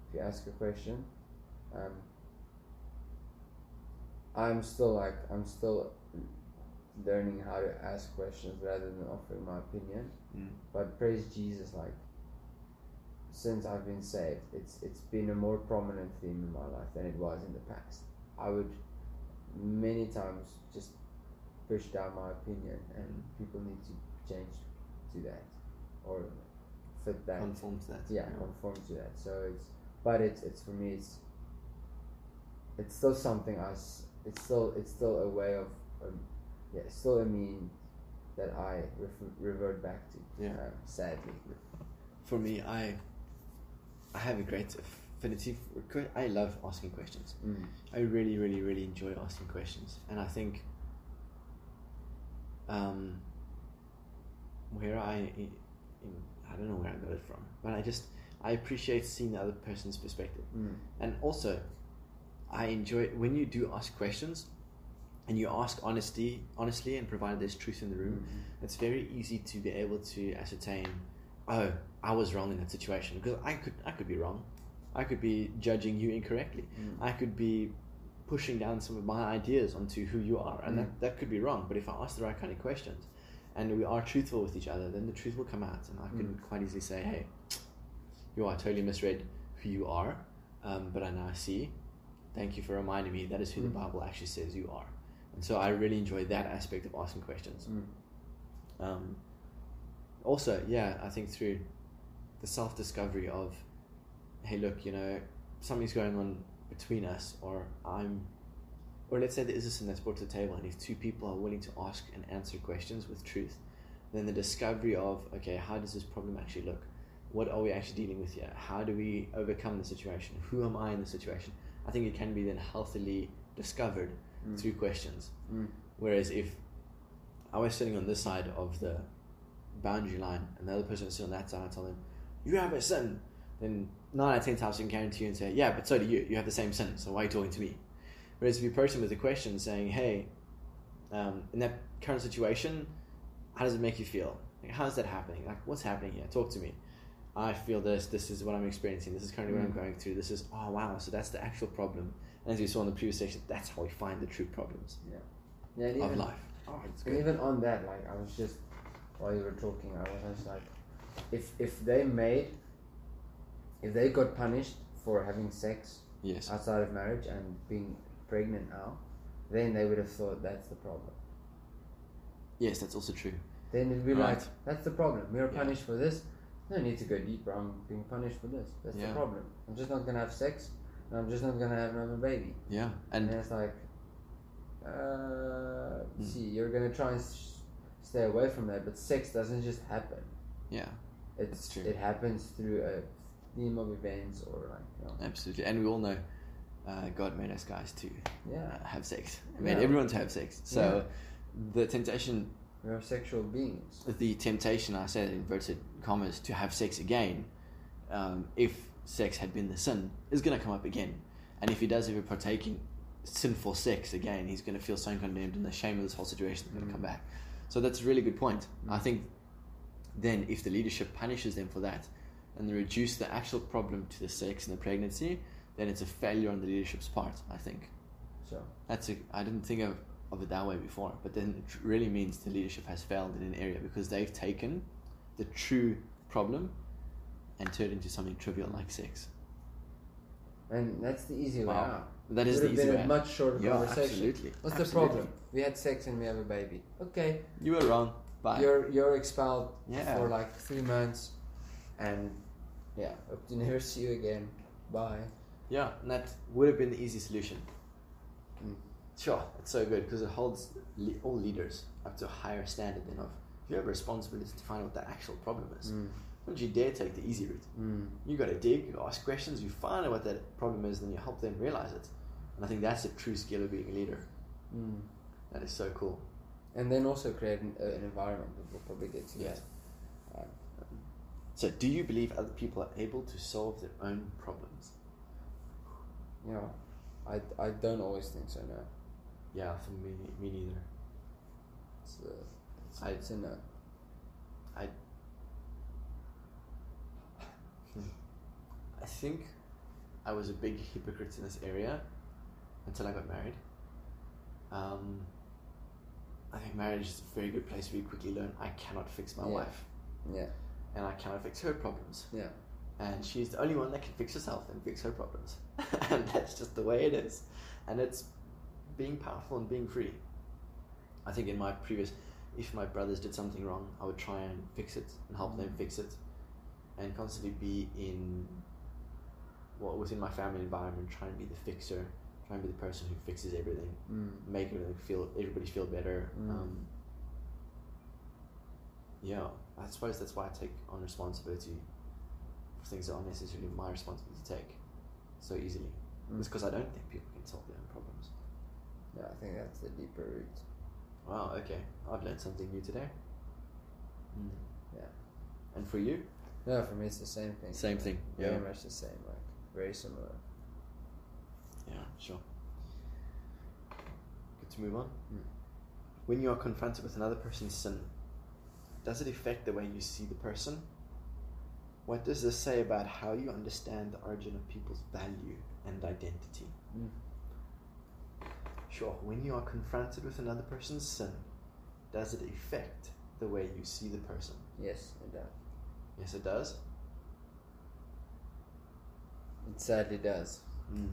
B: if you ask a question um, I'm still like I'm still learning how to ask questions rather than offering my opinion
A: Mm.
B: but praise Jesus like since I've been saved, it's it's been a more prominent theme in my life than it was in the past. I would many times just push down my opinion, and people need to change to that or fit that.
A: Conform to that.
B: yeah, conform to that. So it's but it's it's for me it's it's still something I s- it's still it's still a way of um, yeah it's still a mean that I refer, revert back to.
A: Yeah.
B: um, sadly.
A: For me, I I have a great affinity. For, que- I love asking questions.
B: Mm.
A: I really, really, really enjoy asking questions, and I think um, where I, in, I don't know where I got it from, but I just I appreciate seeing the other person's perspective,
B: Mm.
A: and also I enjoy when you do ask questions, and you ask honesty, honestly, and provided there's truth in the room, it's very easy to be able to ascertain, oh, I was wrong in that situation because I could I could be wrong, I could be judging you incorrectly,
B: Mm.
A: I could be pushing down some of my ideas onto who you are, and
B: Mm.
A: that, that could be wrong. But if I ask the right kind of questions, and we are truthful with each other, then the truth will come out, and I can
B: Mm.
A: quite easily say, hey, you are I totally misread who you are, um, but I now see. Thank you for reminding me that is who the
B: Mm.
A: Bible actually says you are. And so I really enjoy that aspect of asking questions.
B: Mm.
A: Um, also, yeah, I think through the self discovery of, hey, look, you know, something's going on between us, or I'm, or let's say there is a sin that's brought to the table, and if two people are willing to ask and answer questions with truth, then the discovery of okay, how does this problem actually look? What are we actually dealing with here? How do we overcome the situation? Who am I in the situation? I think it can be then healthily discovered
B: Mm.
A: through questions.
B: Mm.
A: Whereas if I was sitting on this side of the boundary line and the other person is sitting on that side, I tell them, You have a sin. Then nine out of ten times they can guarantee you and say, Yeah, but so do you. You have the same sin. So why are you talking to me? Whereas if you approach them with a question saying, Hey, um, in that current situation, how does it make you feel? Like, how's that happening? Like, what's happening here? Talk to me. I feel this. This is what I'm experiencing. This is currently what I'm
B: Mm.
A: going through. This is, oh, wow. So that's the actual problem. And as we saw in the previous section, that's how we find the true problems
B: Yeah, and
A: of
B: even,
A: life. Oh, it's
B: and
A: good.
B: even on that, like I was just while you were talking, I was just like, if if they made, if they got punished for having sex
A: Yes.
B: outside of marriage and being pregnant now, then they would have thought that's the problem.
A: Yes, that's also true.
B: Then it'd be like,
A: Right.
B: that's the problem. We are
A: Yeah.
B: punished for this. No need to go deeper. I'm being punished for this. That's
A: Yeah.
B: the problem. I'm just not gonna have sex, and I'm just not gonna have another baby.
A: Yeah.
B: And
A: And Hmm.
B: it's like, uh, see, you're gonna try and s stay away from that, but sex doesn't just happen.
A: yeah,
B: It's
A: That's true.
B: it happens through a theme of events or like, you know,
A: absolutely. And we all know uh, God made us guys to
B: yeah,
A: uh, have sex. He made
B: Yeah.
A: everyone to have sex. So the temptation,
B: we are sexual beings.
A: the temptation, I said in inverted commas, to have sex again, um, if sex had been the sin, is going to come up again. And if he does ever partake in sinful sex again, he's going to feel so condemned and the shame of this whole situation is going to
B: Mm.
A: come back. So that's a really good point.
B: Mm.
A: I think then if the leadership punishes them for that and they reduce the actual problem to the sex and the pregnancy, then it's a failure on the leadership's part, I think.
B: So
A: That's a, I didn't think of, of it that way before, but then it really means the leadership has failed in an area because they've taken the true problem and turned it into something trivial like sex.
B: and that's the easy way
A: Wow.
B: out.
A: That is the
B: Would have
A: easy
B: been
A: way.
B: a much shorter
A: yeah,
B: conversation.
A: absolutely.
B: What's
A: Absolutely.
B: the problem? We had sex and we have a baby. Okay,
A: You were wrong. Bye.
B: you're you're expelled
A: Yeah.
B: for like three months, and yeah, hope to never see you again. Bye.
A: Yeah, and that would have been the easy solution.
B: Mm.
A: Sure, it's so good because it holds le- all leaders up to a higher standard than of you have a responsibility to find out what the actual problem is.
B: Mm.
A: Don't you dare take the easy route.
B: Mm.
A: You got to dig, you ask questions, you find out what that problem is, then you help them realize it. And I think that's the true skill of being a leader.
B: Mm.
A: That is so cool.
B: And then also create an, uh, an environment that will probably get to
A: Yes. Um, So, do you believe other people are able to solve their own problems?
B: that. Yeah. I, I don't always think so, no.
A: Yeah, for me, me neither.
B: It's a, it's,
A: I-
B: it's a no.
A: I think I was a big hypocrite in this area until I got married. Um, I think marriage is a very good place where you quickly learn I cannot fix my
B: Yeah.
A: wife
B: Yeah.
A: and I cannot fix her problems.
B: Yeah.
A: And she's the only one that can fix herself and fix her problems. and that's just the way it is. And it's being powerful and being free. I think in my previous, if my brothers did something wrong, I would try and fix it and help them fix it and constantly be in what was in my family environment, try and be the fixer, try and be the person who fixes everything,
B: Mm.
A: make everything feel everybody feel better.
B: Mm.
A: Um, yeah, I suppose that's why I take on responsibility for things that aren't necessarily my responsibility to take so easily.
B: Mm.
A: It's because I don't think people can solve their own problems.
B: Yeah, I think that's the deeper root.
A: Wow, okay. I've learned something new today. Mm.
B: Yeah.
A: And for you?
B: No, for me it's the same thing.
A: Same thing,
B: Very
A: yeah.
B: much the same. Like very similar.
A: Yeah, sure. Hmm. Good to move on.
B: Mm.
A: When you are confronted with another person's sin, does it affect the way you see the person? What does this say about how you understand the origin of people's value and identity?
B: Mm.
A: Sure, when you are confronted with another person's sin, does it affect the way you see the person?
B: Yes, it does.
A: Yes, it does.
B: It sadly does.
A: Mm.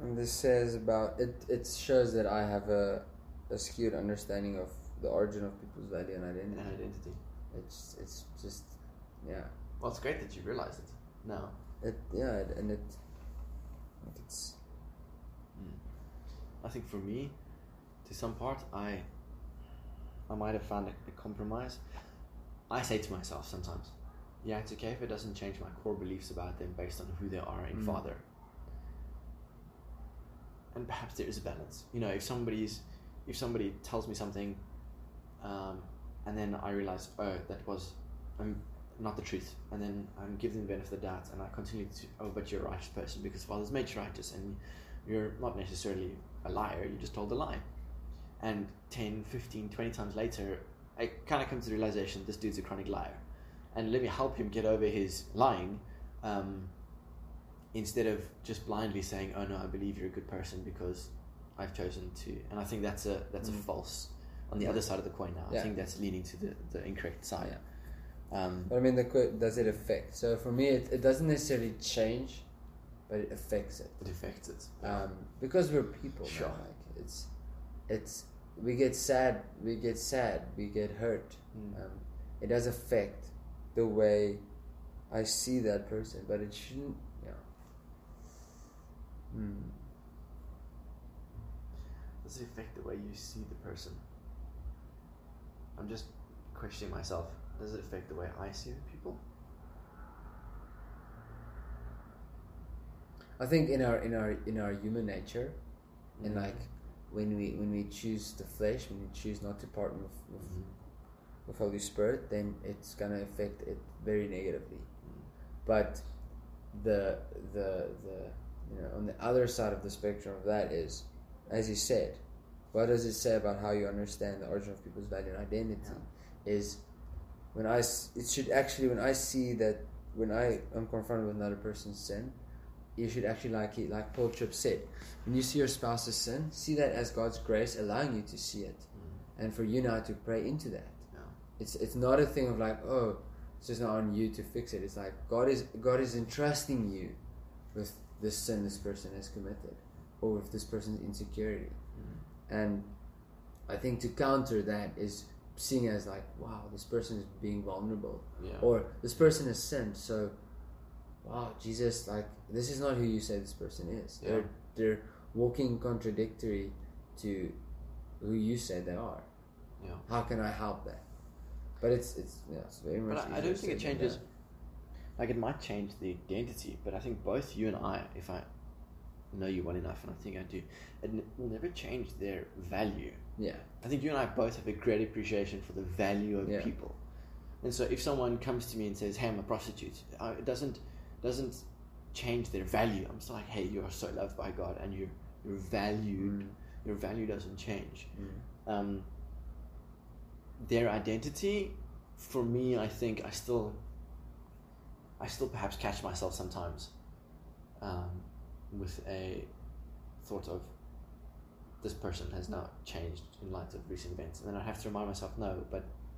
B: And this says about it. It shows that I have a, a skewed understanding of the origin of people's value and
A: And
B: identity.
A: identity.
B: It's it's just yeah.
A: Well, it's great that you realize it now.
B: It yeah, it, and it like it's
A: Hmm. I think for me, to some part, I I might have found a, a compromise. I say to myself sometimes, yeah, it's okay if it doesn't change my core beliefs about them based on who they are in
B: Mm.
A: father. And perhaps there is a balance. You know, if somebody's, if somebody tells me something, um, and then I realize, oh, that was, um, not the truth, and then I'm giving them the benefit of the doubt, and I continue to, oh, but you're a righteous person because father's made you righteous, and you're not necessarily a liar. You just told a lie. And 10, 15, 20 times later, I kind of come to the realization this dude's a chronic liar and let me help him get over his lying um, instead of just blindly saying oh no i believe you're a good person because i've chosen to and i think that's a that's a
B: Mm.
A: false on the
B: Yeah.
A: other side of the coin now i
B: Yeah.
A: think that's leaning to the, the incorrect side um,
B: But I mean, the que- does it affect? So for me, it, it doesn't necessarily change, but it affects it.
A: it affects it
B: um, because we're people. man,
A: Sure.
B: Like it's, it's we get sad, we get sad, we get hurt.
A: Mm.
B: Um, it does affect the way I see that person, but it shouldn't. Yeah. Mm.
A: does it affect the way you see the person i'm just questioning myself does it affect the way i see the people
B: I think in our in our in our human nature, and
A: Mm.
B: like when we when we choose the flesh, when we choose not to partner with, with
A: Mhm.
B: with Holy Spirit, then it's gonna affect it very negatively. But the the the you know on the other side of the spectrum of that is, as you said, what does it say about how you understand the origin of people's value and identity? Is when I s- it should actually when I see that when I am confronted with another person's sin, you should actually like it like Paul Tripp said, when you see your spouse's sin, see that as God's grace allowing you to see it and for you now to pray into that.
A: Yeah.
B: It's it's not a thing of like, oh, it's just not on you to fix it. It's like God is God is entrusting you with this sin this person has committed, or with this person's insecurity. And I think to counter that is seeing it as like, wow, this person is being vulnerable,
A: yeah
B: or this person has sinned. So, wow, Jesus, like this is not who you say this person is.
A: Yeah.
B: They're they're walking contradictory to who you say they are
A: yeah
B: how can I help that? But it's it's yeah, it's very much.
A: But I, I
B: easier
A: don't think it
B: said than
A: changes.
B: done.
A: Like it might change the identity, but I think both you and I, if I know you well enough, and I think I do, it n- will never change their value.
B: Yeah,
A: I think you and I both have a great appreciation for the value of
B: Yeah.
A: people, and so if someone comes to me and says, "Hey, I'm a prostitute," I, it doesn't doesn't change their value. I'm just like, "Hey, you are so loved by God, and you you're valued. Your value doesn't change."
B: Mm-hmm.
A: um, their identity for me i think i still i still perhaps catch myself sometimes um, with a thought of this person has now changed in light of recent events and then i have to remind myself no but